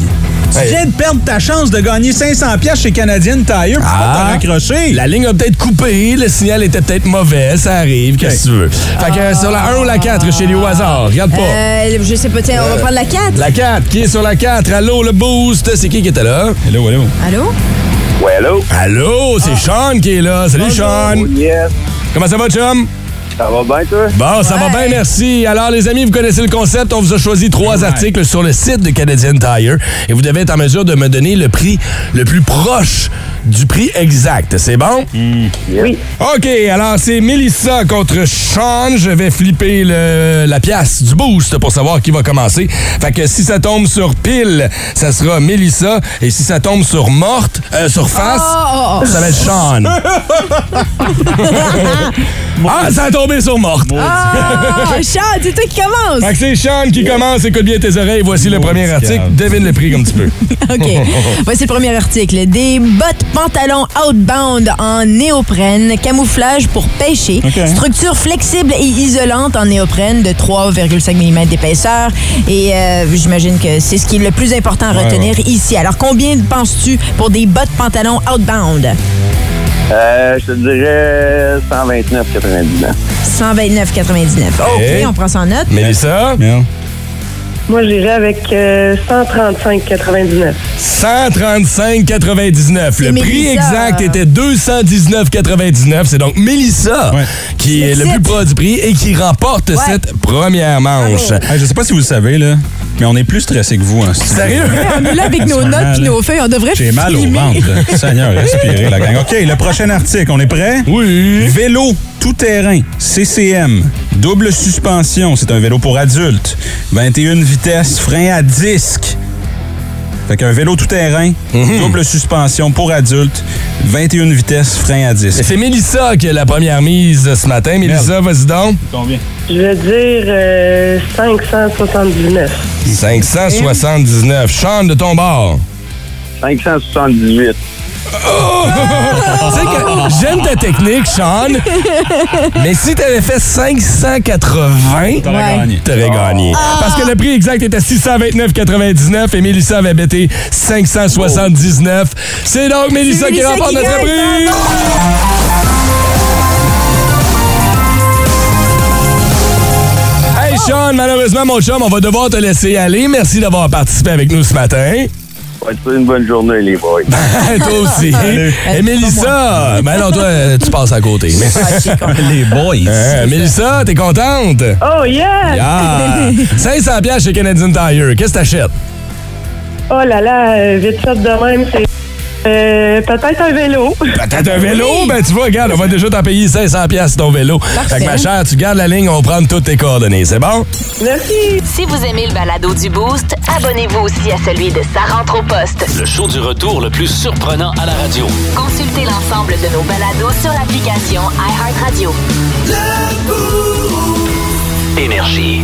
D: tu
C: Ouais.
D: viens de perdre ta chance de gagner 500 pièces chez Canadian Tire. Pourquoi t'as raccroché?
C: Ah. La ligne a peut-être coupé, le signal était peut-être mauvais, ça arrive, qu'est-ce que tu veux. Fait que euh, sur la 1 ou la 4, Chélie, au hasard, regarde pas.
E: Euh, je sais pas, tiens, on va prendre la 4.
C: La 4, qui est sur la 4? Allô, le boost, c'est qui qui était là? Allô, allô.
E: Allô?
C: Ouais, allô? Allô, c'est Sean qui est là. Salut, Sean. Comment ça va, chum? Ça va bien, toi? Bon, ça va bien, merci. Alors, les amis, vous connaissez le concept. On vous a choisi trois articles sur le site de Canadian Tire et vous devez être en mesure de me donner le prix le plus proche du prix exact. C'est bon? Oui. OK, alors c'est Mélissa contre Sean. Je vais flipper le- la pièce du boost pour savoir qui va commencer. Fait que si ça tombe sur pile, ça sera Mélissa. Et si ça tombe sur morte, euh, sur face,
E: Oh, oh,
C: <laughs>
E: oh.
C: ça va être Sean. ah, ça a tombé sur morte.
E: Ah, Charles, c'est toi qui commence.
C: Fait que c'est Sean qui commence. Écoute bien tes oreilles. Voici le premier article. Devine le prix comme tu peux.
E: <laughs> OK. Voici le premier article. Des bottes pantalons outbound en néoprène, camouflage pour pêcher,
L: OK.
E: structure flexible et isolante en néoprène de 3,5 mm d'épaisseur. Et euh, j'imagine que c'est ce qui est le plus important à
L: Ouais,
E: retenir ici. Alors, combien penses-tu pour des bottes pantalons outbound?
F: Euh, je te dirais 129,99.
E: 129,99. OK,
F: Hey.
E: on prend ça en note.
C: Mélissa?
G: Moi, j'irai avec euh, 135,99.
C: 135,99. Le prix
G: Mélissa.
C: exact était 219,99. C'est donc Mélissa qui est le plus proche du prix et qui remporte cette première manche.
D: Hey, je sais pas si vous le savez, là, mais on est plus stressé que vous. en studio.
C: Sérieux?
E: Ouais, on est là avec nos
D: Vraiment,
E: notes puis
D: là.
E: nos feuilles, on devrait
D: J'ai mal au
E: filmer.
D: ventre. là. Seigneur, respirez, la gang. OK, le prochain article, on est prêt?
C: Oui.
D: Vélo tout-terrain, CCM, double suspension, c'est un vélo pour adultes, 21 vitesses, frein à disque. Fait qu'un vélo tout-terrain,
C: Mhm.
D: double suspension pour adultes, 21 vitesses, frein à disque.
C: C'est Mélissa qui a la première mise ce matin. Mélissa, vas-y donc.
D: Combien?
G: Je vais dire euh, 579.
C: 579. Sean de ton bord. 578. J'aime ta technique, Sean. Mais si t'avais fait 580,
D: T'aurais Ouais. gagné.
C: T'aurais gagné. Parce que le prix exact était 629,99 et Mélissa avait bêté 579. C'est donc Mélissa qui
B: Mélissa
C: remporte
B: qui
C: notre
B: gagne.
C: prix. Hey Sean, malheureusement, mon chum, on va devoir te laisser aller. Merci d'avoir participé avec nous ce matin.
F: Ouais, tu une bonne journée, les boys.
C: <laughs> toi aussi. Et Mélissa, ben non, toi, euh, tu passes à côté.
E: Ah,
C: Les boys. Mélissa, t'es contente?
G: Oh, yeah!
C: <laughs> Yeah. 500 pièces chez Canadian Tire. Qu'est-ce que t'achètes?
G: Oh là là, euh, vite fait de même, c'est euh, peut-être un vélo. <laughs>
C: Peut-être un vélo? Ben tu vois, regarde, on va déjà t'en payer 500 pièces ton vélo. Fait que ma chère, tu gardes la ligne, on prend toutes tes coordonnées. C'est bon?
G: Merci.
A: Si vous aimez le balado du Boost, abonnez-vous aussi à celui de Sa rentre au poste.
B: Le show du retour le plus surprenant à la radio.
A: Consultez l'ensemble de nos balados sur l'application iHeartRadio.
B: Énergie.